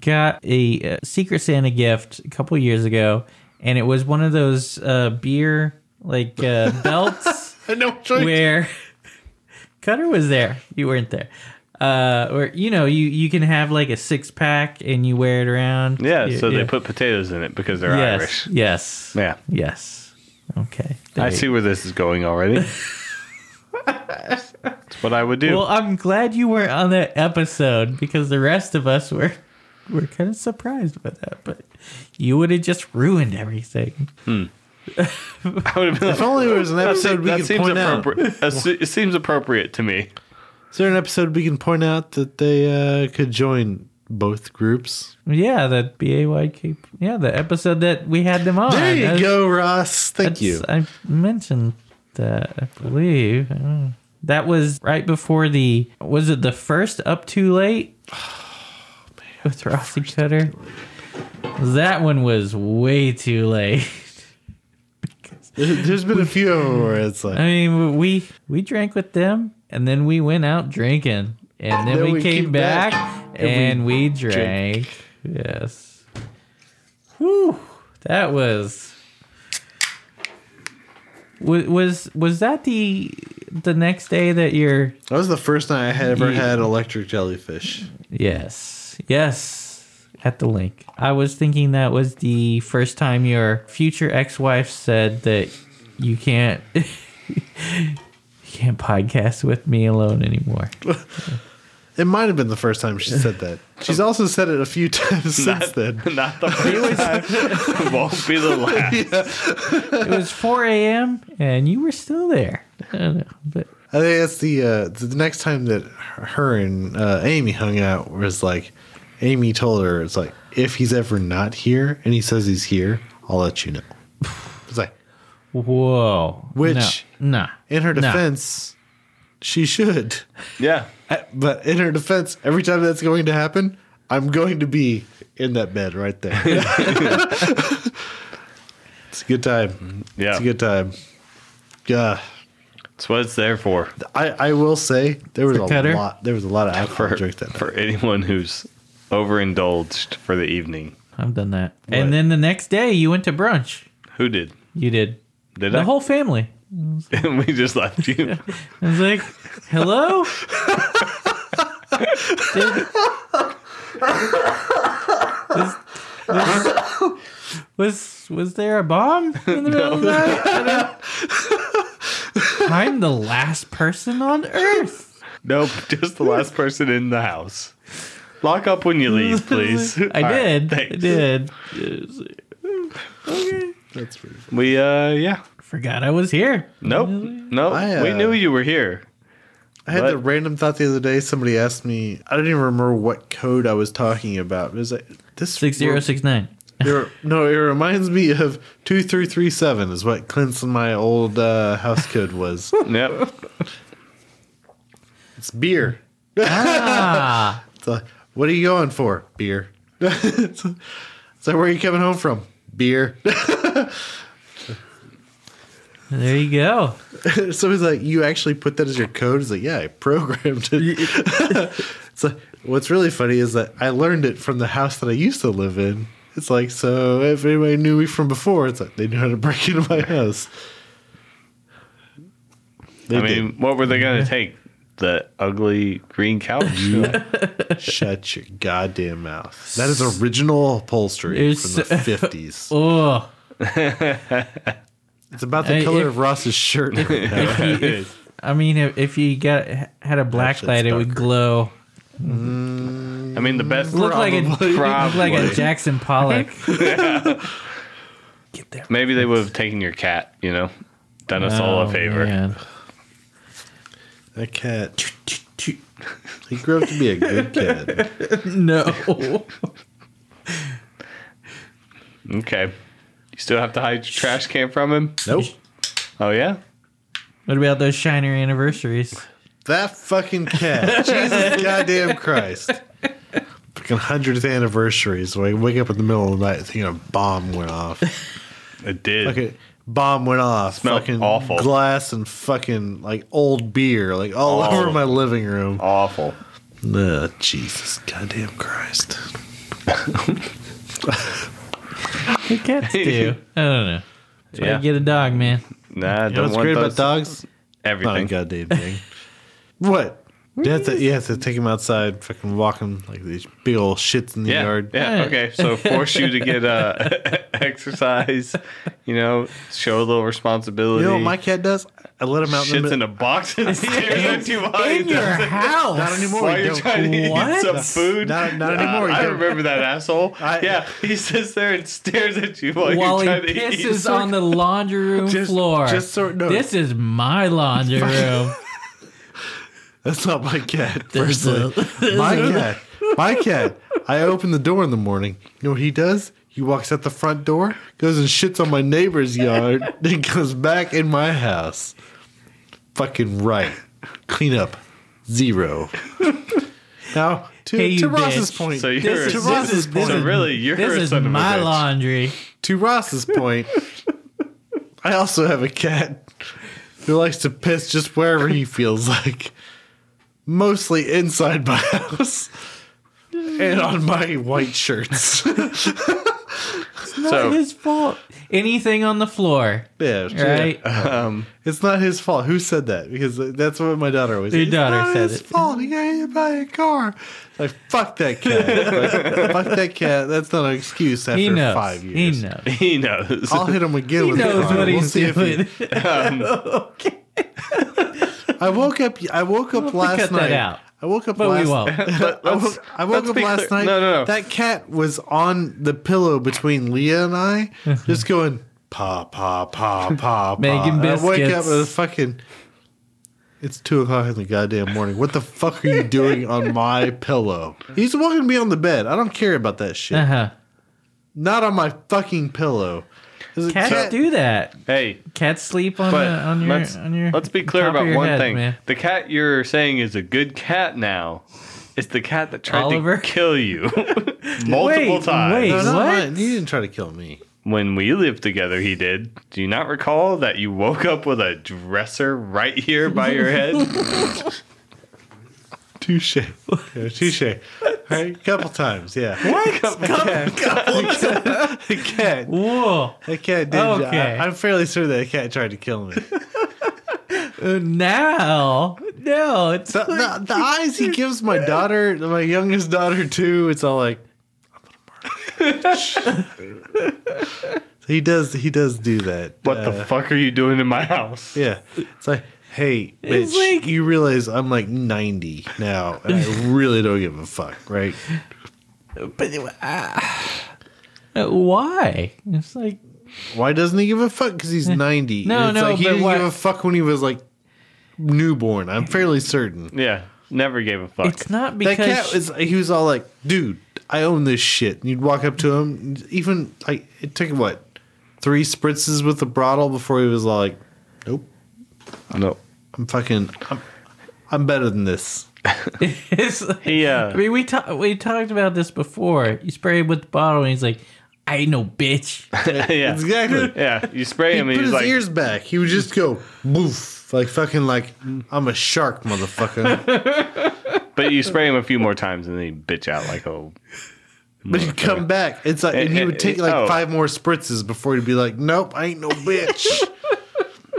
E: Got a uh, Secret Santa gift a couple years ago, and it was one of those uh, beer like uh, belts.
D: I know what you're-
E: where Cutter was there. You weren't there. Uh, or you know, you you can have like a six pack and you wear it around.
A: Yeah,
E: You-
A: so
E: yeah.
A: they put potatoes in it because they're
E: yes,
A: Irish.
E: Yes.
A: Yeah.
E: Yes. Okay.
A: I
E: There
A: see
E: you-
A: where this is going already. It's what I would do.
E: Well, I'm glad you weren't on that episode because the rest of us were were kind of surprised by that, but you would have just ruined everything.
A: I would have been like,
D: if only there was an
A: that, se-
D: episode we
A: that
D: could
A: seems
D: point out.
A: appropriate. That se- It seems appropriate to me.
D: Is there an episode we can point out that they uh, could join both groups?
E: Yeah, that BAYK. Yeah, the episode that we had them on.
D: There you
E: That's-
D: go, Ross. Thank you.
E: I mentioned that, I believe. I don't know. That was right before the was it the first up too late?
D: Oh,
E: with Rossi Cutter. That one was way too late.
D: There- There's been a few of them where it's
E: I
D: like,
E: mean, we we drank with them and then we went out drinking and then, we, came back, and we, drank. Yes. Whew. That was was was was that the the next day that you're
D: that was the first night I had ever
E: Yeah.
D: had electric jellyfish.
E: yes yes at the link i was thinking that was the first time your future ex-wife said that you can't you can't podcast with me alone anymore
D: It might have been the first time she said that. She's also said it a few times since
A: Not,
D: then.
A: not the first time. Won't be the last.
E: it was 4 a.m and you were still there i don't know but
D: I think that's the uh, the next time that her and uh, Amy hung out was like, Amy told her it's like if he's ever not here and he says he's here, I'll let you know. It's like
E: whoa
D: Which-
E: no, nah.
D: in her
E: No.
D: defense, she should.
A: Yeah.
D: Uh, But in her defense, every time that's going to happen, I'm going to be in that bed right there. it's a good time.
A: Yeah.
D: It's a good time. Yeah.
A: That's what it's there for.
D: I, I will say there was
E: For
D: a
E: Cutter?
D: lot there was a lot of alcohol
A: For,
D: drink that night.
A: for anyone who's overindulged for the evening.
E: i've done that and then the next day you went to brunch
A: Who did?
E: you did
A: Did
E: the
A: I?
E: whole family
A: we just left you.
E: I was like, hello? Did- was, was- was, was there a bomb in the middle of the night? I don't- I'm the last person on earth.
A: Nope, just the last person in the house. Lock up when you leave, please.
E: I
A: All right,
E: did. I
A: thanks.
E: did. It was like, Okay.
A: We uh yeah.
E: Forgot I was here.
A: Nope. Nope.
D: I, uh,
A: we knew you were here.
D: I had
A: What?
D: the random thought the other day. Somebody asked me. I don't even remember what code I was talking about. It was like this
E: 6069.
D: It- no, it reminds me of two three three seven is what Clinton my old uh, house code was.
A: Yep.
D: it's beer. It's like, what are you going for? Beer. it's like, where are you coming home from? Beer.
E: There you go.
D: so he's like, you actually put that as your code? He's like, yeah, I programmed it. it's like, what's really funny is that I learned it from the house that I used to live in. It's like, so if anybody knew me from before, it's like they knew how to break into my house. They
A: I mean, what were they gonna take? the ugly green couch.
D: Shut your goddamn mouth. That is original upholstery
E: It's-
D: from the fifties.
E: Ugh.
D: It's about the
E: Hey,
D: color
E: if-
D: of Ross's shirt.
E: If you, if, I mean, if, if you got had a black
D: shit's
E: light, it would
D: darker.
E: glow.
A: I mean, the best.
E: Look like a
A: Probably.
E: look like a Jackson Pollock.
A: Maybe they would have taken your cat. You know, done us all
E: Oh,
A: a favor.
E: man.
D: That cat. He grew up to be a good kid.
E: No.
A: Okay. You still have to hide your trash can from him.
D: Nope.
A: Oh yeah.
E: what about those Shiner anniversaries?
D: That fucking cat. Jesus goddamn Christ. Fucking hundredth anniversary. So I wake up in the middle of the night thinking a bomb went off.
A: It did.
D: Fucking bomb went off.
A: Smelled
D: fucking
A: awful.
D: glass and fucking like old beer, like all
A: Oh.
D: over my living room.
A: Awful.
D: Nah, Jesus goddamn Christ.
E: The cats do. I don't know. That's why
A: Yeah.
E: you get a dog, man.
A: Nah,
D: You know
A: don't
D: what's
A: want
D: great
A: those.
D: about Oh, dogs? Not a
A: Everything.
D: goddamn thing. what? You have, to, you have to take them outside, fucking walk them like these big old shits in the
A: yeah.
D: yard.
A: Yeah. Okay. So force you to get uh, exercise. You know, show a little responsibility.
D: You know what my cat does? I let him out in the
A: shits in
D: middle.
A: a box and stares at you while he
E: In your
A: does it.
E: house.
D: Not anymore.
A: While
D: you
A: you're
D: don't.
A: trying to
E: What?
A: eat some food.
D: Not- not
A: Nah,
D: anymore, you
A: I
D: don't.
A: remember that asshole.
D: I-
A: yeah, he sits there and stares at you while,
E: while he
A: you're trying to eat.
E: pisses on the laundry room
D: Just-
E: floor.
D: just sort- no.
E: This is my laundry room.
D: That's not my cat. Personally, my cat. My cat. I open the door in the morning. You know what he does? He walks out the front door, goes and shits on my neighbor's yard, then comes back in my house. Fucking right. Clean up. Zero. Now to,
E: Hey, you
D: to Ross's
E: bitch.
D: point.
A: So you're
E: This is,
D: to
A: this
E: this
D: Ross's
E: is, this
D: point.
A: so
E: is,
A: really you're
E: this
A: a
E: is
A: son of a
E: my
A: bitch.
E: laundry.
D: to Ross's point, I also have a cat who likes to piss just wherever he feels like, mostly inside my house and on my white shirts. yeah,
A: So-
E: Not his fault. Anything on the floor,
D: yeah.
E: right?
A: Um,
D: It's not his fault. Who said that? Because that's what my daughter always.
E: Your
D: says.
E: daughter
D: it's not
E: said
D: his
E: it."
D: fault. He got hit by a car. Like fuck that cat. Like, fuck that cat. That's not an excuse after
E: he knows.
D: five years.
E: He knows.
A: He knows.
D: I'll hit him again.
E: He
D: with a
E: knows
D: car.
E: what
D: We'll
E: he's
D: see if he-
E: doing.
D: I woke up. I woke up
E: have to
D: last
E: cut that
D: night.
E: out.
D: I woke up
E: But we
D: last.
E: won't.
A: But
D: I
A: let's-
D: woke, I woke
A: let's
D: up
A: be
D: last
A: clear-
D: night.
A: No, no, no.
D: That cat was on the pillow between Leah and I, just going pa pa pa pa. pa.
E: Making
D: And I wake up
E: biscuits.
D: with a fucking. It's two o'clock in the goddamn morning. What the fuck are you doing on my pillow? He's walking me on the bed. I don't care about that shit.
E: Uh huh.
D: Not on my fucking pillow. There's a
E: Cats
D: cat-
E: do that.
A: hey,
E: Cats sleep on
A: but
E: the, on your
A: let's,
E: on your.
A: let's be clear
E: top of
A: about
E: your
A: one
E: head,
A: thing.
E: man.
A: The cat you're saying is a good cat now. It's the cat that tried
E: Oliver?
A: to kill you multiple
E: Wait,
A: times.
E: wait.
D: No, not
E: What?
D: mine. He didn't try to kill me.
A: When we lived together, he did. Do you not recall that you woke up with a dresser right here by your head?
D: Touche. Yeah, touche. All right, couple times, yeah. What? A cat.
E: Whoa!
D: A cat did. I-
E: Okay.
D: I'm fairly sure that a cat tried to kill me.
E: Uh, Now, no, it's
D: The, the- the eyes he gives my daughter, my youngest daughter too, it's all like, I'm gonna mark you." He does. He does do that.
A: what the fuck are you doing in my house?
D: Yeah. It's like, hey,
E: It's
D: bitch,
E: like-
D: you realize I'm like 90 now, and I really don't give a fuck, right?
E: but uh, why? It's like
D: Why doesn't he give a fuck? Because he's 90.
E: No,
D: it's
E: no,
D: like he
E: but
D: didn't
E: why-
D: give a fuck when he was like newborn. I'm fairly certain.
A: Yeah, never gave a fuck.
E: it's not
D: That
E: because
D: cat
E: she-
D: was, he was all like, dude, I own this shit. And you'd walk up to him, even like, it took what, three spritzes with the bottle before he was like, nope,
A: no.
D: I'm fucking, I'm, I'm better than this.
E: it's like-
A: He uh,
E: I mean, we talked we talked about this before. You spray him with the bottle, and he's like, "I ain't no bitch."
A: yeah,
D: Exactly.
A: yeah. You spray him,
D: Put
A: and
D: his
A: he's like,
D: ears back. He would just go, boof. Like fucking like, I'm a shark, motherfucker.
A: but you spray him a few more times, and then he bitch out like, oh,
D: But he'd come back. It's like, and he would take like
A: Oh.
D: five more spritzes before he'd be like, "Nope, I ain't no bitch."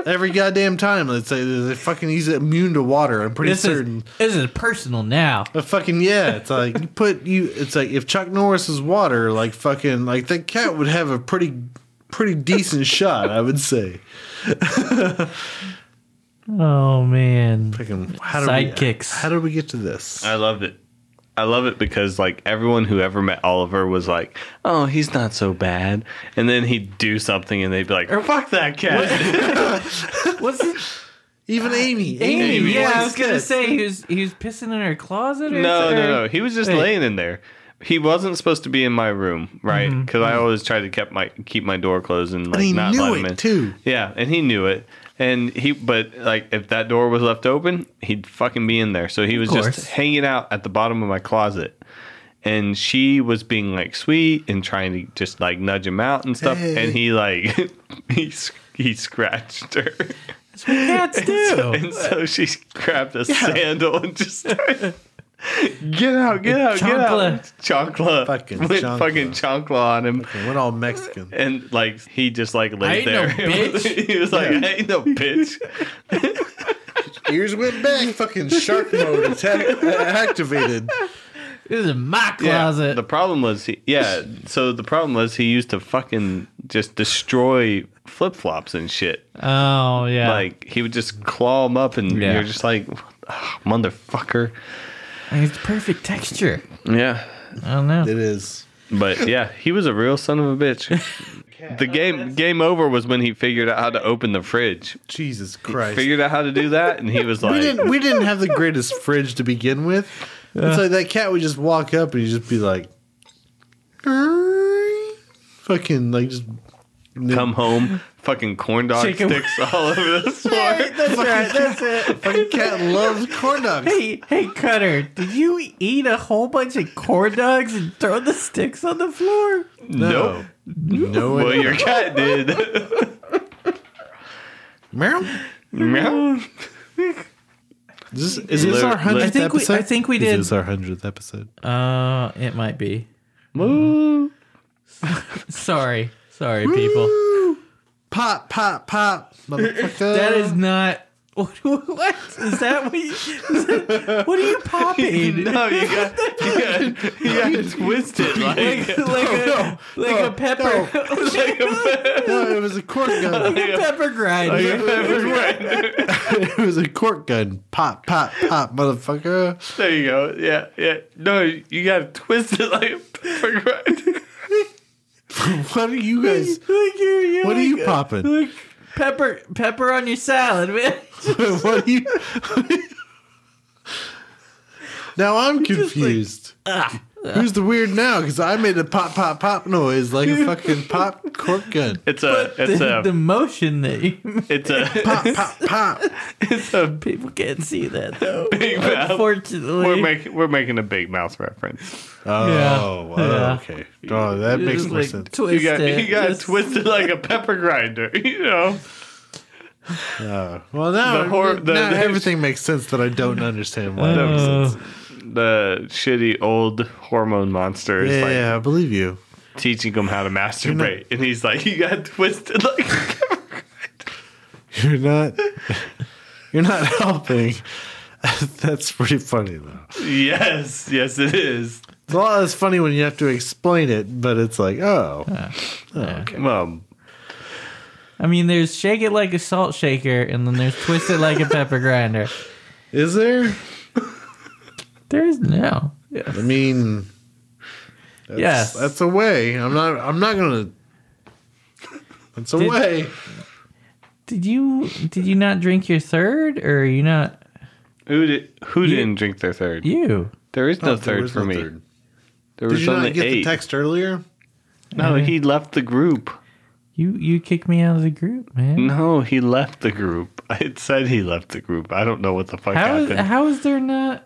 D: every goddamn time. It's like, they fucking he's immune to water. I'm pretty
E: This
D: certain.
E: is this is personal now.
D: But fucking yeah, it's like you put you. It's like if Chuck Norris is water, like fucking like that cat would have a pretty pretty decent shot, I would say.
E: Oh man,
D: Fucking how did
E: Sidekicks.
D: We, how did we get to this?
A: I loved it. I love it because like everyone who ever met Oliver was like, "Oh, he's not so bad," and then he'd do something, and they'd be like, "Oh, "Fuck that cat!"
E: what's it?
D: Even Amy,
E: Amy,
D: Amy
E: yeah, I
D: likes
E: was gonna
D: cats.
E: say he was he was pissing in her closet. Or
A: no,
E: or-
A: no, no. He was just laying in there. He wasn't supposed to be in my room, right? Because I always tried to keep my keep my door closed and like
D: Mm-hmm. he
A: not
D: knew
A: let him
D: it,
A: in
D: too.
A: Yeah, and he knew it. And he, but like, if that door was left open, he'd fucking be in there. So he was
E: course.
A: just hanging out at the bottom of my closet. And she was being like sweet and trying to just like nudge him out and stuff.
D: Hey.
A: And he like he s- he scratched her,
E: Cats do.
A: and so she grabbed a sandal and just started. Get out! Get out! Get out! Chonkla,
D: Fucking
A: went
D: chancla.
A: fucking chonkla on him,
D: We're all Mexican.
A: and like he just like laid
E: ain't no
A: there.
E: bitch.
A: he was like,
D: Yeah.
A: I "Ain't no bitch."
D: Ears went back. Fucking shark mode is act- activated.
E: This is my closet.
A: The problem was, he, yeah. So the problem was he used to fucking just destroy flip flops and shit.
E: oh yeah.
A: Like he would just claw them up, and
E: Yeah.
A: you're just like, "Ah, motherfucker.
E: And it's perfect texture.
A: Yeah.
E: I don't know.
D: It is.
A: But yeah, he was a real son of a bitch. The game game over was when he figured out how to open the fridge.
D: Jesus Christ.
A: Figured out how to do that, and he was
D: we
A: like,
D: didn't we didn't have the greatest fridge to begin with. It's like that cat would just walk up and he'd just be like "Err," fucking like just
A: "Come home, fucking corn dog
E: Chicken-
A: sticks all over the floor."
E: That's right. That's it.
D: fucking cat loves corn dogs.
E: Hey, hey, Cutter, did you eat a whole bunch of corn dogs and throw the sticks on the floor?
A: Nope.
D: No
A: Well,
D: one
A: your cat did.
D: Meryl?
A: Meow.
D: Is this, is this our
A: Lit-
D: hundredth
A: lit-
E: I think we-
D: episode?
E: I think we did.
D: This is our hundredth episode.
E: Uh, it might be. Sorry. Sorry, people.
D: Pop, pop, pop, motherfucker.
E: That is not. What, what? Is that what you. Is that, what are you popping?
A: No, you got you got you got twisted like
E: Like, like a, like a pepper. like a,
D: no, it was a cork gun.
E: pepper grinder.
D: it was a cork gun. Pop, pop, pop, motherfucker.
A: There you go. Yeah, yeah. No, you got twisted like a pepper grinder.
D: What are you guys?
E: Like you're, you're
D: What are
E: like-
D: you popping?
E: like pepper, pepper on your salad, man.
D: what are you? now I'm confused. Who's the weird now? Because I made a pop, pop, pop noise like a fucking pop cork gun.
A: It's a it's um,
E: the, the
A: a
E: motion that you
A: it's a
D: Pop, pop, pop.
A: it's a
E: people can't see that though.
A: big mouth.
E: Unfortunately,
A: We're making we're making a big mouth reference.
D: Oh,
E: Yeah.
D: okay. Oh, that
E: It's
D: makes
E: just,
D: more
E: like,
D: sense.
A: You
E: twist
A: got
E: it.
A: you got
E: Just-
A: twisted like a pepper grinder. You know.
D: Well, now,
A: The hor- the-
D: now
A: the-
D: everything makes sense that I don't understand why.
A: That
D: it
A: makes
D: makes sense.
A: sense. The shitty old hormone monster is
D: yeah,
A: like
D: yeah, I believe you.
A: teaching him how to masturbate, and he's like, "You got twisted like." a pepper
D: You're not. You're not helping. That's pretty funny though.
A: Yes, yes, it is.
D: It's a lot less funny when you have to explain it, but it's like, oh,
A: Well,
E: Uh, I mean, there's shake it like a salt shaker, and then there's twist it like a pepper grinder.
D: is there?
E: There is no.
D: I mean, that's,
E: Yes.
D: that's a way. I'm not. I'm not gonna. That's a
E: Did-
D: way.
E: Did you did you not drink your third, or are you not
A: who did who didn't drink their third?
E: you?
A: There is no
D: Oh, there
A: third
D: was
A: for
D: no
A: me.
D: third.
A: There
D: Did
A: was
D: you
A: only
D: not get the
A: eight.
D: text earlier?
A: no, he left the group.
E: You you kicked me out of the group, man.
A: No, he left the group. It said he left the group. I don't know what the fuck
E: How is
A: happened.
E: how is there not?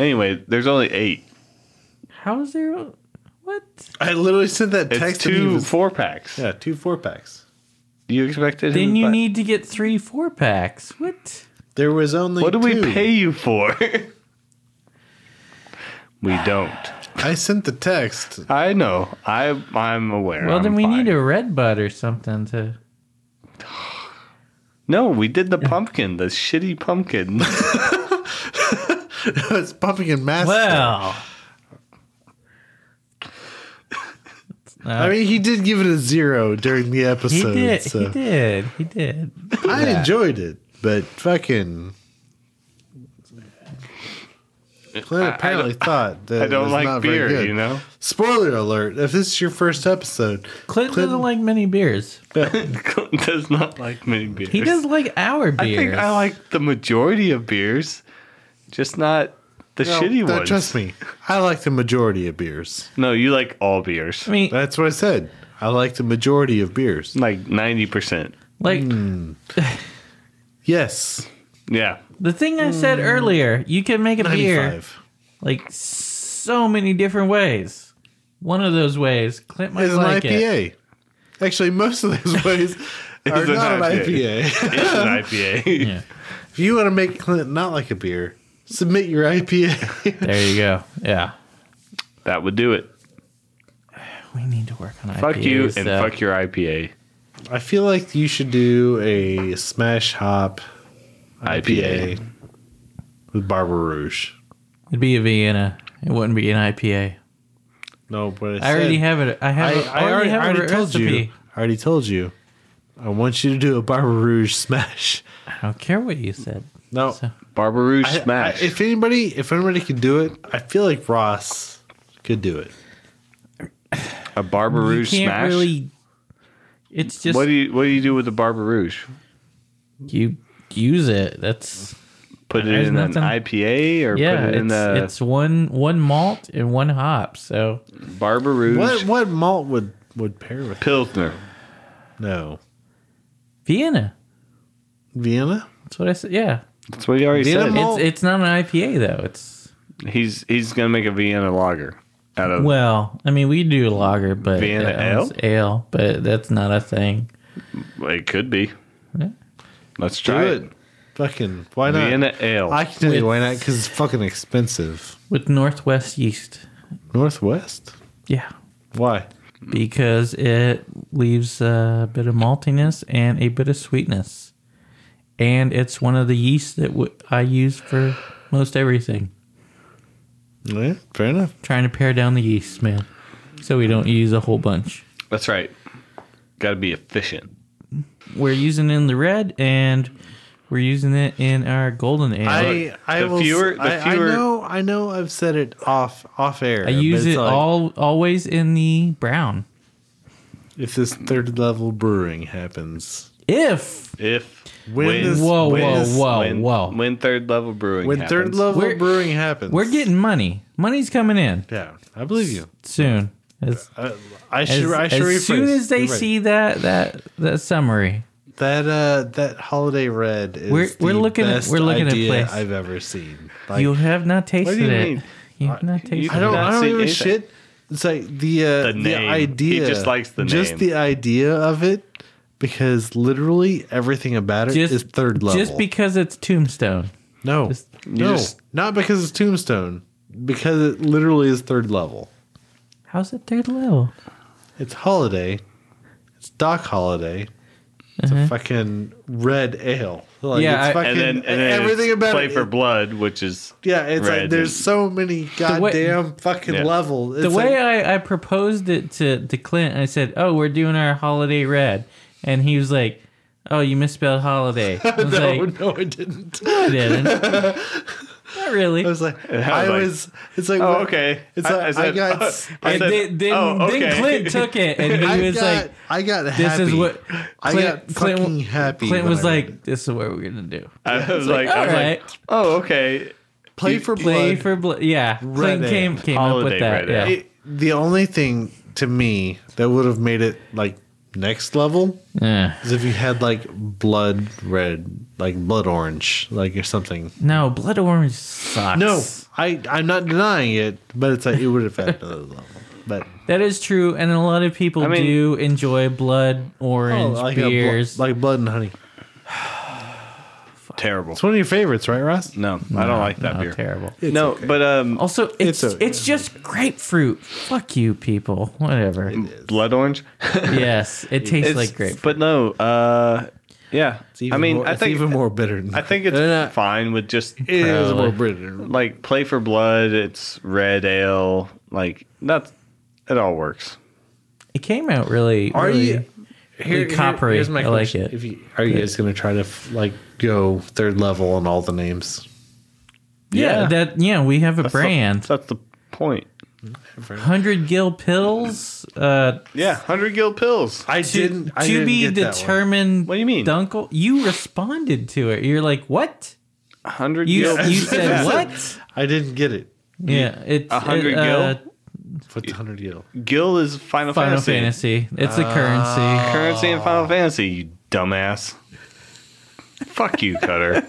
A: anyway, there's only eight.
E: How is there? What?
D: I literally sent that
A: It's
D: text. and he
A: two
D: was-
A: four packs.
D: yeah, two four packs.
A: You expected him
E: Then you
A: to buy-
E: need to get three four packs. What?
D: There was only.
A: What do
D: two.
A: we pay you for? we don't.
D: I sent the text.
A: I know. I I'm aware.
E: Well,
A: I'm
E: then we
A: fine.
E: need a red bud or something to.
A: No, we did the pumpkin, the shitty pumpkin.
D: it's pumpkin master.
E: Well,
D: I mean, he did give it a zero during the
E: he
D: episode.
E: did.
D: so
A: uh,
E: He did. He did.
D: I enjoyed it, but fucking. Clint apparently thought that
A: I
D: it
A: don't
D: was
A: like
D: not very
A: beer,
D: good.
A: you know?
D: Spoiler alert! If this is your first episode,
E: Clint, doesn't like many beers.
A: Clint does not like many beers.
E: He does like our
A: I
E: beers.
A: think I like the majority of beers, just not the
D: No,
A: shitty
D: no,
A: ones.
D: Trust me, I like the majority of beers.
A: No, you like all beers.
E: I mean,
D: That's what I said. I like the majority of beers.
A: Like 90%.
E: like
A: Hmm.
D: Yes,
A: Yeah.
E: the thing I
A: Hmm.
E: said earlier. You can make a beer
D: ninety-five.
E: like so many different ways. One of those ways, Clint might
D: Is an
E: like it.
D: IPA. Actually, most of those ways are
A: Is an
D: not an
A: IPA.
D: IPA.
A: It's an IPA.
D: If you want to make Clint not like a beer, submit your IPA.
E: There you go. Yeah,
A: That would do it.
E: we need to work on
A: Fuck
E: IPAs,
A: you and
E: though.
A: fuck your IPA.
D: I feel like you should do a smash hop IPA,
A: IPA.
D: with Barber Rouge.
E: It'd be a Vienna. It wouldn't be an IPA.
D: No, but
E: I already have it. I have.
D: I,
E: a-
D: I already,
E: have
D: I already
E: a
D: told
E: recipe.
D: you. I already told you. I want you to do a Barber Rouge smash.
E: I don't care what you said.
D: No,
E: So-
A: Barber Rouge
D: I- I-
A: Smash.
D: if anybody, if anybody could do it, I feel like Ross could do it.
A: a Barber
E: You
A: Rouge
E: can't
A: Smash.
E: really. It's just
A: what do you What do you do with the Barber Rouge?
E: you use it. That's
A: Put it
E: There's
A: in
E: nothing-
A: an IPA or
E: yeah.
A: put it in
E: It's,
A: a
E: it's one one malt and one hop. So
A: Barber Rouge
D: What what malt would would pair with?
A: Pilsner?
D: No,
E: Vienna.
D: Vienna.
E: That's what I said. Yeah.
A: That's what he already
D: Vienna
A: said.
D: malt?
E: It's it's not an IPA though. It's
A: He's He's gonna make a Vienna lager out of
E: well. I mean, we do lager, but
A: Vienna
E: that one's ale, but that's not a thing.
A: It could be.
E: Yeah.
A: Let's
D: Do
A: try
D: it.
A: it.
D: Fucking why not?
A: Vienna ale.
D: I can tell you why not because it's fucking expensive.
E: With Northwest yeast.
D: Northwest.
E: Yeah.
D: Why?
E: because it leaves a bit of maltiness and a bit of sweetness. And it's one of the yeasts that w- I use for most everything.
D: Yeah, fair enough.
E: Trying to pare down the yeast, man. So we don't use a whole bunch.
A: That's right. Got to be efficient.
E: We're using it in the red and we're using it in our golden ale. I,
D: I I
A: the
D: will.
A: fewer-
D: Fewer,
A: the
D: I,
A: fewer-
D: I know. I know. I've said it off off air. but
E: use
D: it's
E: it
D: like,
E: all always in the brown.
D: If this third level brewing happens,
E: If
A: If
D: When this-
E: whoa
D: When
E: whoa
D: is-
E: whoa
A: when,
E: whoa,
A: when third level brewing
D: when
A: happens,
D: third level
E: We're-
D: brewing happens,
E: we're getting money. Money's coming in
D: Yeah, I believe you.
E: soon. It's-
D: I, I
E: As,
D: should. I should
E: as soon
D: rephrase.
E: as they
D: You're right.
E: see that that that summary,
D: that, uh, that holiday red is
E: We're-
D: the
E: we're looking at-
D: best
E: we're looking at
D: idea
E: place.
D: I've ever seen. Like,
E: you have not tasted
A: do you
E: it.
A: mean?
E: You have not tasted
D: I don't.
E: it.
A: not
D: I don't
A: see
D: give a
A: anything.
D: shit. It's like the uh,
A: The
D: the,
A: name.
D: idea.
A: He just likes the
D: just
A: name.
D: the idea of it because literally everything about it is
E: Just-
D: third level.
E: Just because it's tombstone.
D: no,
E: just-
D: no,
A: just-
D: not because it's Tombstone. Because it literally is third level.
E: How's it third level?
D: It's Holiday. It's Doc Holiday. It's a fucking red ale. Like,
E: Uh-huh. Yeah,
D: it's
E: I-
A: and then and then
D: everything
A: it's
D: about
A: play
D: it.
A: for blood, which is
D: yeah, it's like
A: red
D: there's
A: and-
D: so many
E: way-
D: goddamn fucking
A: Yeah.
D: level. It's
E: The way
D: like,
E: I, I proposed it to, to Clint, I said, "Oh, we're doing our holiday red," and he was like, "Oh, you misspelled holiday." I was
D: no,
E: like,
D: no, it didn't.
E: "I didn't." not really.
D: I was like,
A: I
D: I
A: was like,
D: was. It's like,
A: Oh,
D: what-
A: okay.
D: It's like I,
A: said-
D: got.
A: I
E: and
A: said,
E: then, then,
A: oh, okay.
E: then Clint took it, and he
D: I
E: was
D: got,
E: like,
D: I got happy.
E: this is what
D: I got fucking happy
E: Clint
D: when
E: was
D: I read
E: like, "This is what we're gonna do.
A: I was like, I
E: all
A: was
E: right,
A: like, oh, okay.
D: play for
E: play
D: blood.
E: for blood." Yeah, Clint
D: Red
E: came
D: Ale.
E: came up
A: Holiday
E: with that.
A: Red Ale.
E: Yeah.
D: It- the only thing to me that would have made it like next level
E: Yeah.
D: is if you had like blood red, like blood orange, like or something.
E: No, blood orange sucks.
D: No, I I'm not denying it, but it's like it would have had another level. But
E: that is true, and a lot of people
A: mean-
E: do enjoy blood
D: Oh,
E: orange
D: like a blo-
E: beers.
D: like blood and honey.
A: Terrible.
D: It's one of your favorites, right, Ross?
A: No, I don't like that
E: Oh,
A: beer.
E: terrible.
A: no, but um,
E: Also, it's it's,
D: okay.
E: just grapefruit. Fuck you, people. Whatever.
A: blood orange.
E: yes, it tastes
A: It's-
E: like grapefruit.
A: But no, uh, Yeah,
D: It's even
A: I mean,
D: more,
A: I
D: it's
A: think
D: even more bitter. Than
A: I think it's
D: No, no.
A: fine with just
D: it is more
E: Probably.
D: bitter. than-
A: like play for blood. It's red ale, like that's it all works.
E: It came out really.
D: Are
E: really-
D: you-
E: Really coppery. I like it.
D: If you, are you guys going to try to f- like go third level on all the names?
E: Yeah,
A: Yeah.
E: that yeah, we have a
A: That's the-
E: brand.
A: that's the point.
E: Hundred Gill Pills. Uh,
A: Yeah, hundred guild pills.
D: I
E: to, to be determined.
A: What do you mean?
E: Dunkel? You responded to it. You're like, what?
A: Hundred
E: You
A: guild.
E: you said what?
D: I didn't get it.
E: Yeah, it's
A: A hundred
E: it, uh,
A: gil?
D: What's the hundred yield?
A: Guild is Final,
E: Final
A: Fantasy.
E: Fantasy. Oh. It's a currency.
A: Currency in Final Fantasy. You dumbass. Fuck you, Cutter.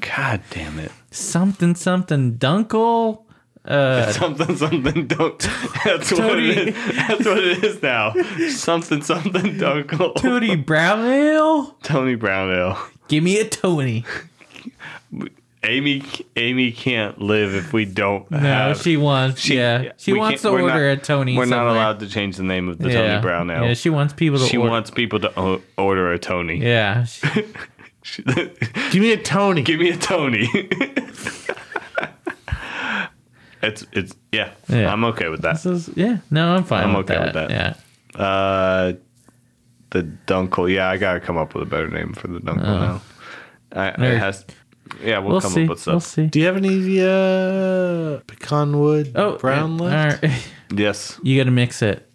A: God damn it.
E: Something something Dunkel. Uh,
A: Something, something, don't. That's what it
E: Tootie.
A: is. That's what it is now. Something, something, dunkle.
E: Tony Brown Ale.
A: Tony Brown ale.
E: Give me a Tony.
A: Amy, Amy can't live if we don't
E: No,
A: have.
E: she wants. yeah, she
A: we
E: wants to
A: can't- we're
E: order
A: not-
E: a Tony.
A: We're
E: somewhere.
A: not allowed to change the name of the
E: yeah.
A: Tony Brown ale.
E: Yeah, she wants people to.
A: she
E: order.
A: wants people to o- order a Tony.
E: Yeah, she-
D: Give me a Tony.
A: Give me a Tony. it's it's yeah,
E: Yeah.
A: I'm okay with that.
E: So, yeah, no, I'm fine.
A: I'm
E: with
A: okay
E: that.
A: with that.
E: Yeah,
A: Uh, the Dunkel. Yeah, I gotta come up with a better name for the Dunkel now. I,
E: Uh-huh. There-
A: it has. Yeah, we'll,
E: we'll
A: come
E: see.
A: up with stuff.
E: We'll see.
D: Do you have any uh, pecan wood
E: Oh,
D: brown
E: yeah,
D: left?
E: all right.
A: Yes,
E: you got to mix it.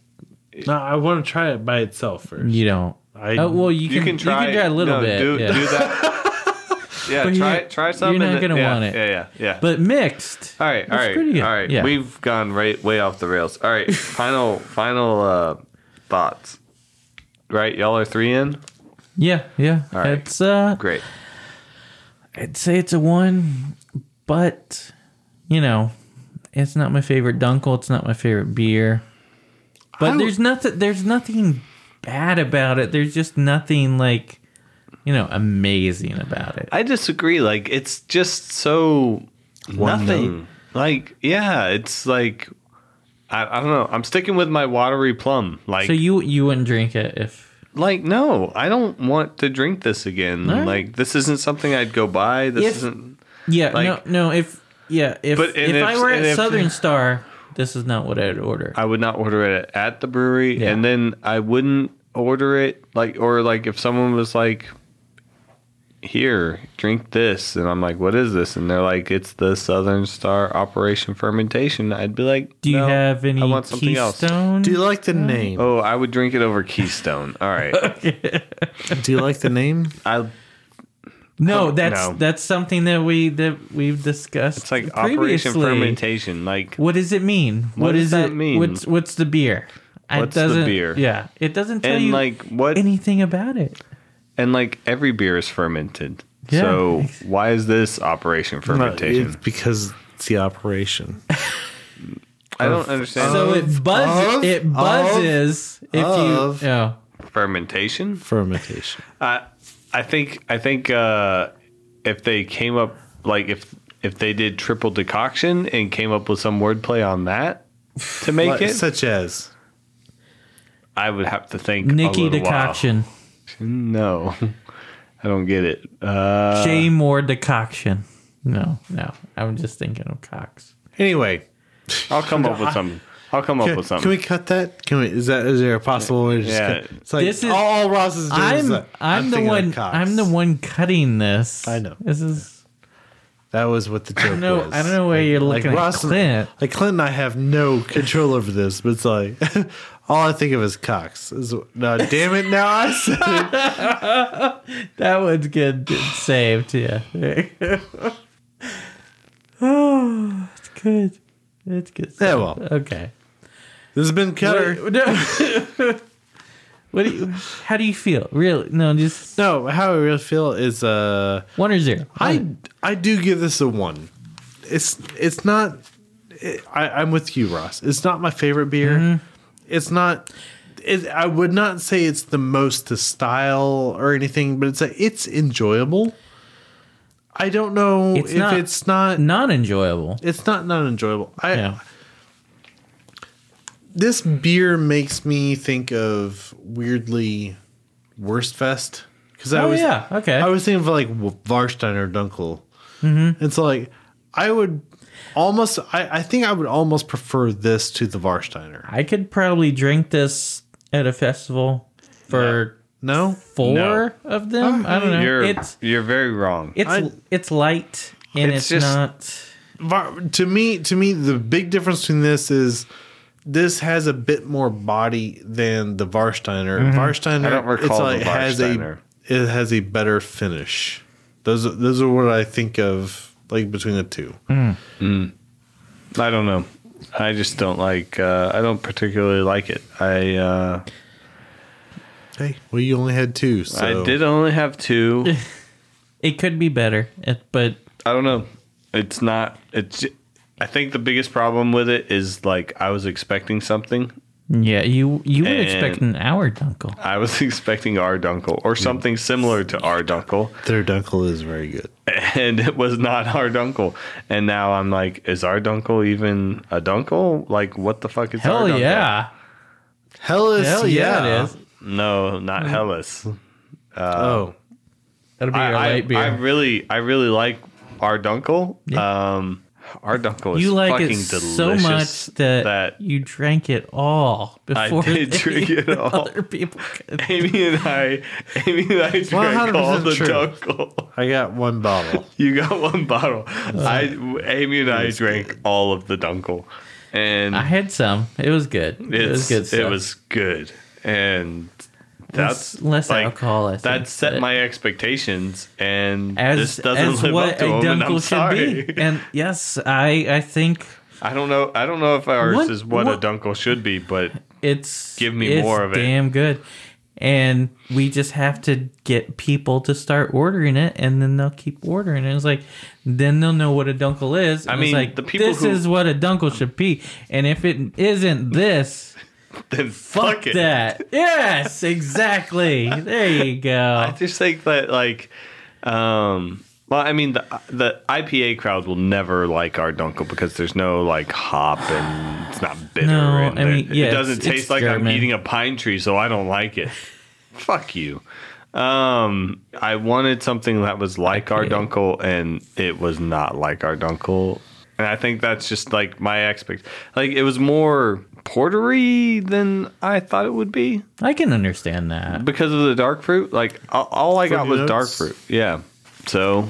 D: No, I want to try it by itself first.
E: You don't.
D: I,
E: Oh well, you
A: you, can
E: can.
A: try.
E: a little
A: no,
E: bit.
A: Do,
E: yeah.
A: do that. yeah,
E: But
A: try
E: you're-
A: try something.
E: you're not
A: that-
E: gonna
A: yeah,
E: want it.
A: Yeah, yeah, yeah.
E: But mixed.
A: all right, all
E: that's
A: right,
E: pretty good.
A: all right.
E: Yeah.
A: We've gone right way off the rails. All right, final final uh, thoughts. Right, y'all are three in.
E: Yeah, yeah.
A: All right.
E: It's uh,
A: Great.
E: I'd say it's a one, but you know, it's not my favorite dunkel. It's not my favorite beer. But
D: I-
E: there's nothing. There's nothing bad about it. There's just nothing like, you know, amazing about it.
A: I disagree. Like it's just so nothing. Like yeah, it's like I, I don't know. I'm sticking with my watery plum. Like
E: So you you wouldn't drink it if
A: like no, I don't want to drink this again.
E: All right.
A: Like this isn't something I'd go buy. This
E: If-
A: isn't.
E: Yeah,
A: Like-
E: no, no. If yeah, if
A: But-
E: if,
A: and if-
E: I were at
A: and if-
E: Southern Star, this is not what I'd order.
A: I would not order it at the brewery,
E: Yeah.
A: and then I wouldn't order it like or like if someone was like. Here, drink this, and I'm like, "What is this?" And they're like, "It's the Southern Star Operation Fermentation." I'd be like,
E: Do you
A: "No,
E: have any
A: I want something else."
E: Keystone?
D: do you like the name?
A: Oh, I would drink it over Keystone. All right.
D: Do you like the name?
A: I
E: no, that's
A: No.
E: that's something that we that we've discussed.
A: it's like
E: previously.
A: Operation Fermentation. Like
E: What does it mean? What,
A: does
E: is
A: that
E: it-
A: mean?
E: What's what's the beer? It
A: What's the
E: doesn't-
A: beer?
E: Yeah, it doesn't tell
A: and
E: you
A: like what
E: anything about it.
A: and like every beer is fermented.
E: Yeah.
A: So why is this Operation Fermentation?
D: It's because it's the operation.
A: I don't understand
E: so it buzzes.
D: of-
E: it buzzes if
D: of-
E: you. Oh,
A: fermentation.
D: Fermentation.
A: I I think I think uh, if they came up like if if they did triple decoction and came up with some wordplay on that to make
D: Like,
A: it,
D: Such as
A: I would have to think a
E: Nikki
A: little while.
E: decoction,
A: No, I don't get it. Uh,
E: Jay Moore decoction. No, no, I'm just thinking of Cox.
D: anyway.
A: I'll come up with something. I'll come up
D: Can,
A: with
D: can
A: something.
D: we cut that? Can we? Is that? Is there a possible way to just?
A: Yeah.
D: Cut? It's like
E: This is-
D: all, all Ross is doing. is
E: I'm
D: that-
E: I'm the
D: thinking of
E: one
D: Cox.
E: I'm the one cutting this.
D: I know.
E: This is
D: That was what the joke
E: I know
D: was.
E: I don't know where you're looking at
D: Ross-
E: Clint.
D: Like Clint and I have no control over this, but it's like all I think of is Cox. Is no, damn it! Now I said it.
E: That one's good saved, yeah. oh it's good. It's good.
D: Yeah, well.
E: Okay.
D: This has been Cutter.
E: We're- no. what do you how do you feel? Really? No, just
D: No, how I really feel is uh,
E: one or zero.
D: I I do give this a one. It's it's not. It, I, I'm with you, Ross. It's not my favorite beer.
E: Mm-hmm.
D: It's not. It, I would not say it's the most to style or anything, but it's a, it's enjoyable. I don't know
E: It's
D: if
E: not-
D: it's not.
E: not enjoyable.
D: It's not not enjoyable. I
E: Yeah.
D: this beer makes me think of weirdly Worst Fest because I
E: Oh,
D: was
E: yeah, okay.
D: I was thinking of like W- Warstein or Dunkel, mm-hmm. and so like I would almost I, I think I would almost prefer this to the Varsteiner.
E: I could probably drink this at a festival for
D: No,
E: four
A: No.
E: of them. I don't know.
A: You're
E: it's
A: you're very wrong.
E: it's
D: I-
E: it's light and
A: It's
E: it's,
A: just-
E: not.
D: Var- to me to me the big difference between this is this has a bit more body than the Varsteiner.
E: Mm-hmm.
D: Varsteiner
A: I don't recall the
D: has a
A: Warsteiner.
D: it has a better finish. Those are- those are what I think of like between the two.
E: Mm-hmm.
A: I don't know. I just don't like. Uh, I don't particularly like it. I uh,
D: Hey, well you only had two. So.
A: I did only have two.
E: It could be better, it, but
A: I don't know. It's not. It's. I think the biggest problem with it is like I was expecting something.
E: yeah, you you would expect
A: And-
E: an hour, Dunkel.
A: I was expecting our Dunkel or
D: Hmm.
A: something similar to our Dunkel,
D: Their Dunkel is very good.
A: and it was not our Dunkel. And now I'm like, is our Dunkel even a Dunkel? Like, what the fuck is
E: Hell
A: our Dunkel?
E: yeah,
D: Hellas,
E: hell yeah, it
D: yeah.
E: is.
A: No,
D: Hmm.
A: not Hellas. Uh,
D: Oh,
E: That'll be
A: I,
E: your
A: I,
E: light beer.
A: I really, I really like our Dunkel. Um, our Dunkel is
E: you like
A: fucking
E: it
A: delicious.
E: so much that, you drank it all
A: I
E: before
A: did
E: they-
A: drink it all.
E: other people. could.
A: Amy and I, Amy and I drank all
D: 100%
A: the
D: true.
A: Dunkel.
D: I got one bottle.
A: You got one bottle.
E: Uh,
A: I, Amy and I drank all of the Dunkel, and
E: I had some. It was good. It
A: it's-
E: was good. Stuff.
A: It was good, and that's
E: less alcohol, I think,
A: that set
E: but-
A: my expectations, and
E: as
A: this doesn't
E: as
A: live
E: what
A: up to
E: a
A: them. And
E: dunkel
A: I'm sorry.
E: should be. And yes, I I think
A: I don't know. I don't know if ours
E: What-
A: is what,
E: what-
A: a dunkel should be, but
E: it's
A: Give me
E: it's
A: more of it.
E: Damn good. And we just have to get people to start ordering it, and then they'll keep ordering it. It's like then they'll know what a dunkel is.
A: I
E: and
A: mean,
E: it's like
A: the people
E: this
A: who-
E: is what a dunkel should be, and if it isn't this,
A: then fuck,
E: fuck
A: it.
E: that. Yes, exactly. there you
A: I
E: go.
A: just think that like, um, well, I mean the the IPA crowd will never like our dunkel because there's no like hop and it's not bitter.
E: No,
A: and
E: I mean,
A: it-
E: yeah,
A: it doesn't
E: it's-
A: taste
E: it's
A: like
E: German.
A: I'm eating a pine tree, so I don't like it. fuck you. Um, I wanted something that was like our dunkel, and it was not like our dunkel. And I think that's just like my expect. Like it was more portery than I thought it would be
E: I can understand that.
A: because of the dark fruit. Like all, all I got
D: Fruity
A: was
D: notes?
A: dark fruit. Yeah, so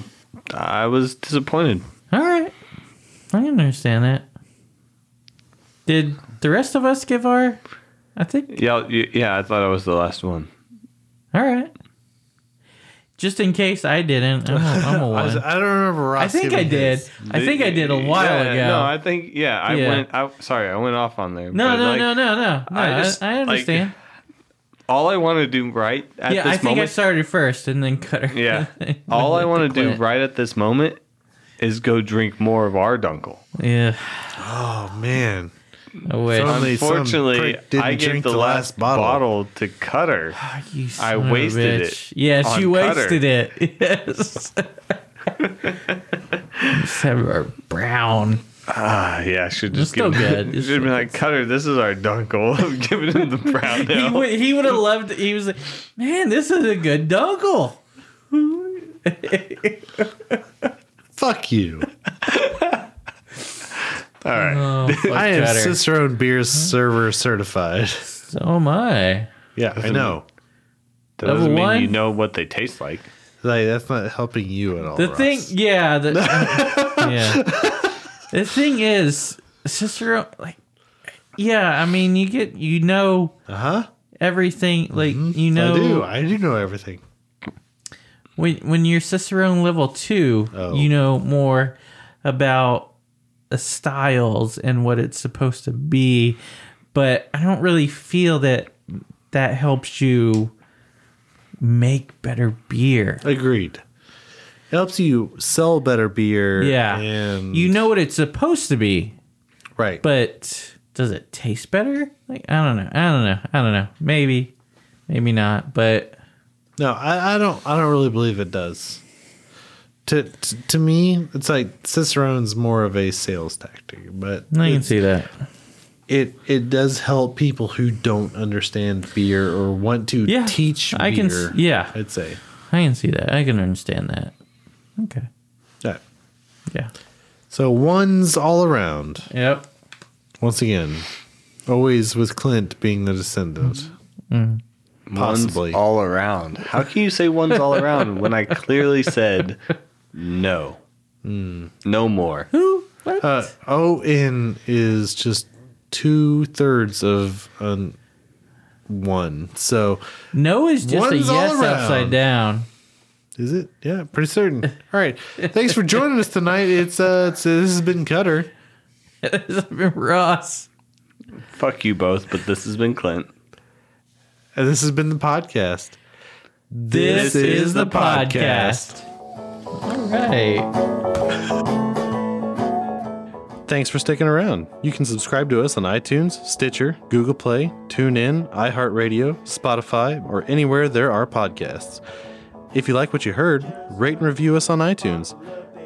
A: I was disappointed.
E: All right, I can understand that. Did the rest of us give our? I think
A: Yeah, y- yeah. I thought I was the last one.
E: All right. Just in case I didn't, I'm a, I'm a
D: I, was-
E: one. I,
D: I don't remember. Ross
E: think I
D: giving
E: did.
D: his.
E: I think I did a while
A: Yeah,
E: ago.
A: No,
E: No,
A: I think yeah. I
E: Yeah.
A: went. I, sorry, I went off on there.
E: no,
A: but,
E: no,
A: like,
E: no, no, no,
A: I
E: I,
A: just,
E: I
A: like,
E: understand.
A: All I want to do right at
E: yeah, I
A: this
E: think I
A: moment.
E: started first and then cut her.
A: yeah. all I want to do right at this moment is go drink more of our dunkel.
E: Yeah.
D: Oh man,
E: I wish.
D: Some- Only
A: Unfortunately,
D: prick didn't
A: I gave
D: drink
A: the, last bottle. to Cutter.
E: You
A: I
E: son of a
A: wasted
E: bitch.
A: it
E: Yes,
A: on
E: you
A: Cutter.
E: wasted it. Yes. Sarah Brown.
A: Ah, yeah, I should just
E: still
A: give him,
E: good. It's
A: should be
E: still
A: like Cutter. This is our dunkel. I'm giving him the brown
E: He
A: ale.
E: would, he would have loved. He was like, man, this is a good doggle.
D: fuck you!
A: All right,
D: I am
E: Oh, Cutter.
D: Cicerone beer server certified.
E: So am I.
D: Yeah, I know.
A: that doesn't
E: Level
A: mean
E: one?
A: you know what they taste like.
D: Like that's not helping you at all.
E: The
D: Ross.
E: thing, yeah, the, yeah. The thing is, Cicero, like, yeah, I mean, you get, you know,
D: uh huh.
E: everything, like,
A: Mm-hmm.
E: you
D: I do.
E: know,
D: I do know everything.
E: when when you're Cicerone level two,
D: Oh.
E: you know more about the styles and what it's supposed to be, but I don't really feel that that helps you make better beer.
D: Agreed. It helps you sell better beer.
E: Yeah,
D: and
E: you know what it's supposed to be.
D: right.
E: but does it taste better? Like I don't know. I don't know. I don't know. Maybe, maybe not. But
D: No, I, I don't. I don't really believe it does. To, to to me, it's like Cicerone's more of a sales tactic, but
E: I can
D: it's-
E: see that.
D: it it does help people who don't understand beer or want to
E: Yeah,
D: teach.
E: I can s-
D: beer,
E: yeah.
D: I'd say
E: I can see that. I can understand that. Okay.
D: All right.
E: Yeah.
D: So ones all around.
E: Yep.
D: Once again, always with Clint being the descendant.
E: Mm-hmm.
D: Possibly.
A: One's all around. How can you say one's all around when I clearly said no? No more.
E: What?
D: Uh, O-N is just two thirds of an one. So
E: no is just a
D: one's all
E: yes
D: around.
E: upside down.
D: is it? Yeah, pretty certain. All right. Thanks for joining us tonight. It's uh, it's, this has been Cutter.
E: Ross.
A: Fuck you both, but this has been Clint.
D: And this has been the podcast.
E: This, is, the podcast. All right.
D: Thanks for sticking around. You can subscribe to us on iTunes, Stitcher, Google Play, TuneIn, iHeartRadio, Spotify, or anywhere there are podcasts. If you like what you heard, rate and review us on iTunes.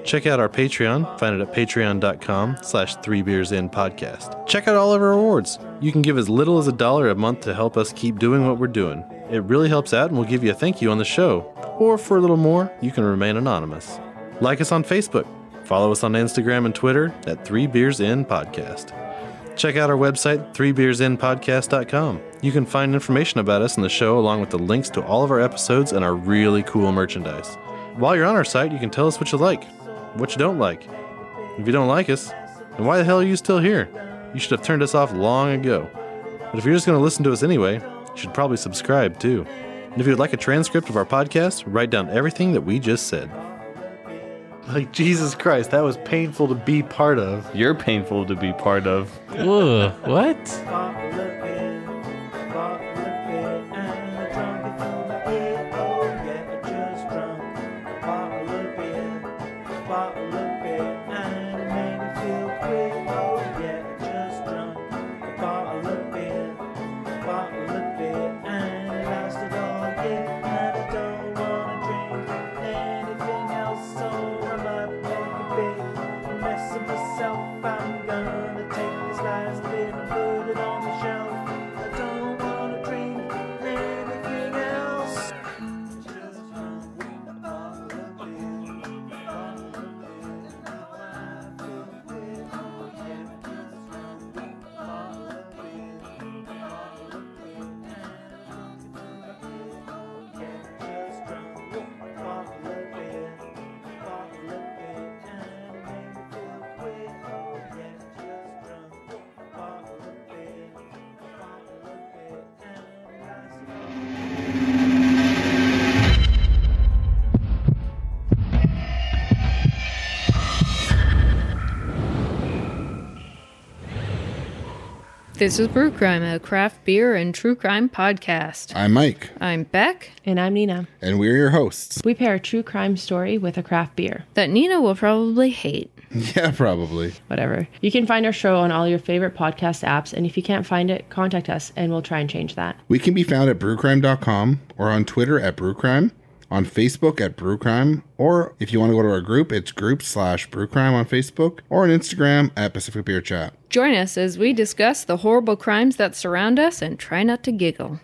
D: Check out our Patreon. Find it at patreon.com slash three beers in podcast. Check out all of our awards. You can give as little as a dollar a month to help us keep doing what we're doing. It really helps out and we'll give you a thank you on the show. Or for a little more, you can remain anonymous. Like us on Facebook. Follow us on Instagram and Twitter at Three Beers In Podcast. Check out our website, threebeersinpodcast.com. You can find information about us and the show, along with the links to all of our episodes and our really cool merchandise. While you're on our site, you can tell us what you like, what you don't like. If you don't like us, then why the hell are you still here? You should have turned us off long ago. But if you're just going to listen to us anyway, you should probably subscribe too. And if you'd like a transcript of our podcast, write down everything that we just said. Like, Jesus Christ, that was painful to be part of.
A: You're painful to be part of.
E: Whoa, what?
G: Myself, I'm gonna take this last bit and put it on the shelf. I don't wanna drink anything else. Just a bottle of beer, a bottle of beer, and now I feel weird. Oh, yeah, just a bottle of beer, a bottle of beer, and I'm drunk to my ear. Oh, yeah, just a bottle of beer, a bottle of beer, and it made me feel weird. Oh, yeah, just a bottle of beer, a bottle of beer, and I smell
H: This is Brew Crime, a craft beer and true crime podcast.
I: I'm Mike,
H: I'm Beck,
J: And I'm Nina.
I: and we're your hosts.
J: We pair a true crime story with a craft beer.
H: that Nina will probably hate.
I: Yeah, probably.
J: Whatever. You can find our show on all your favorite podcast apps, and if you can't find it, contact us and we'll try and change that.
I: We can be found at brewcrime.com or on Twitter at brewcrime, on Facebook at brewcrime, or if you want to go to our group, it's group slash brewcrime on Facebook or on Instagram at Pacific Beer Chat.
H: Join us as we discuss the horrible crimes that surround us and try not to giggle.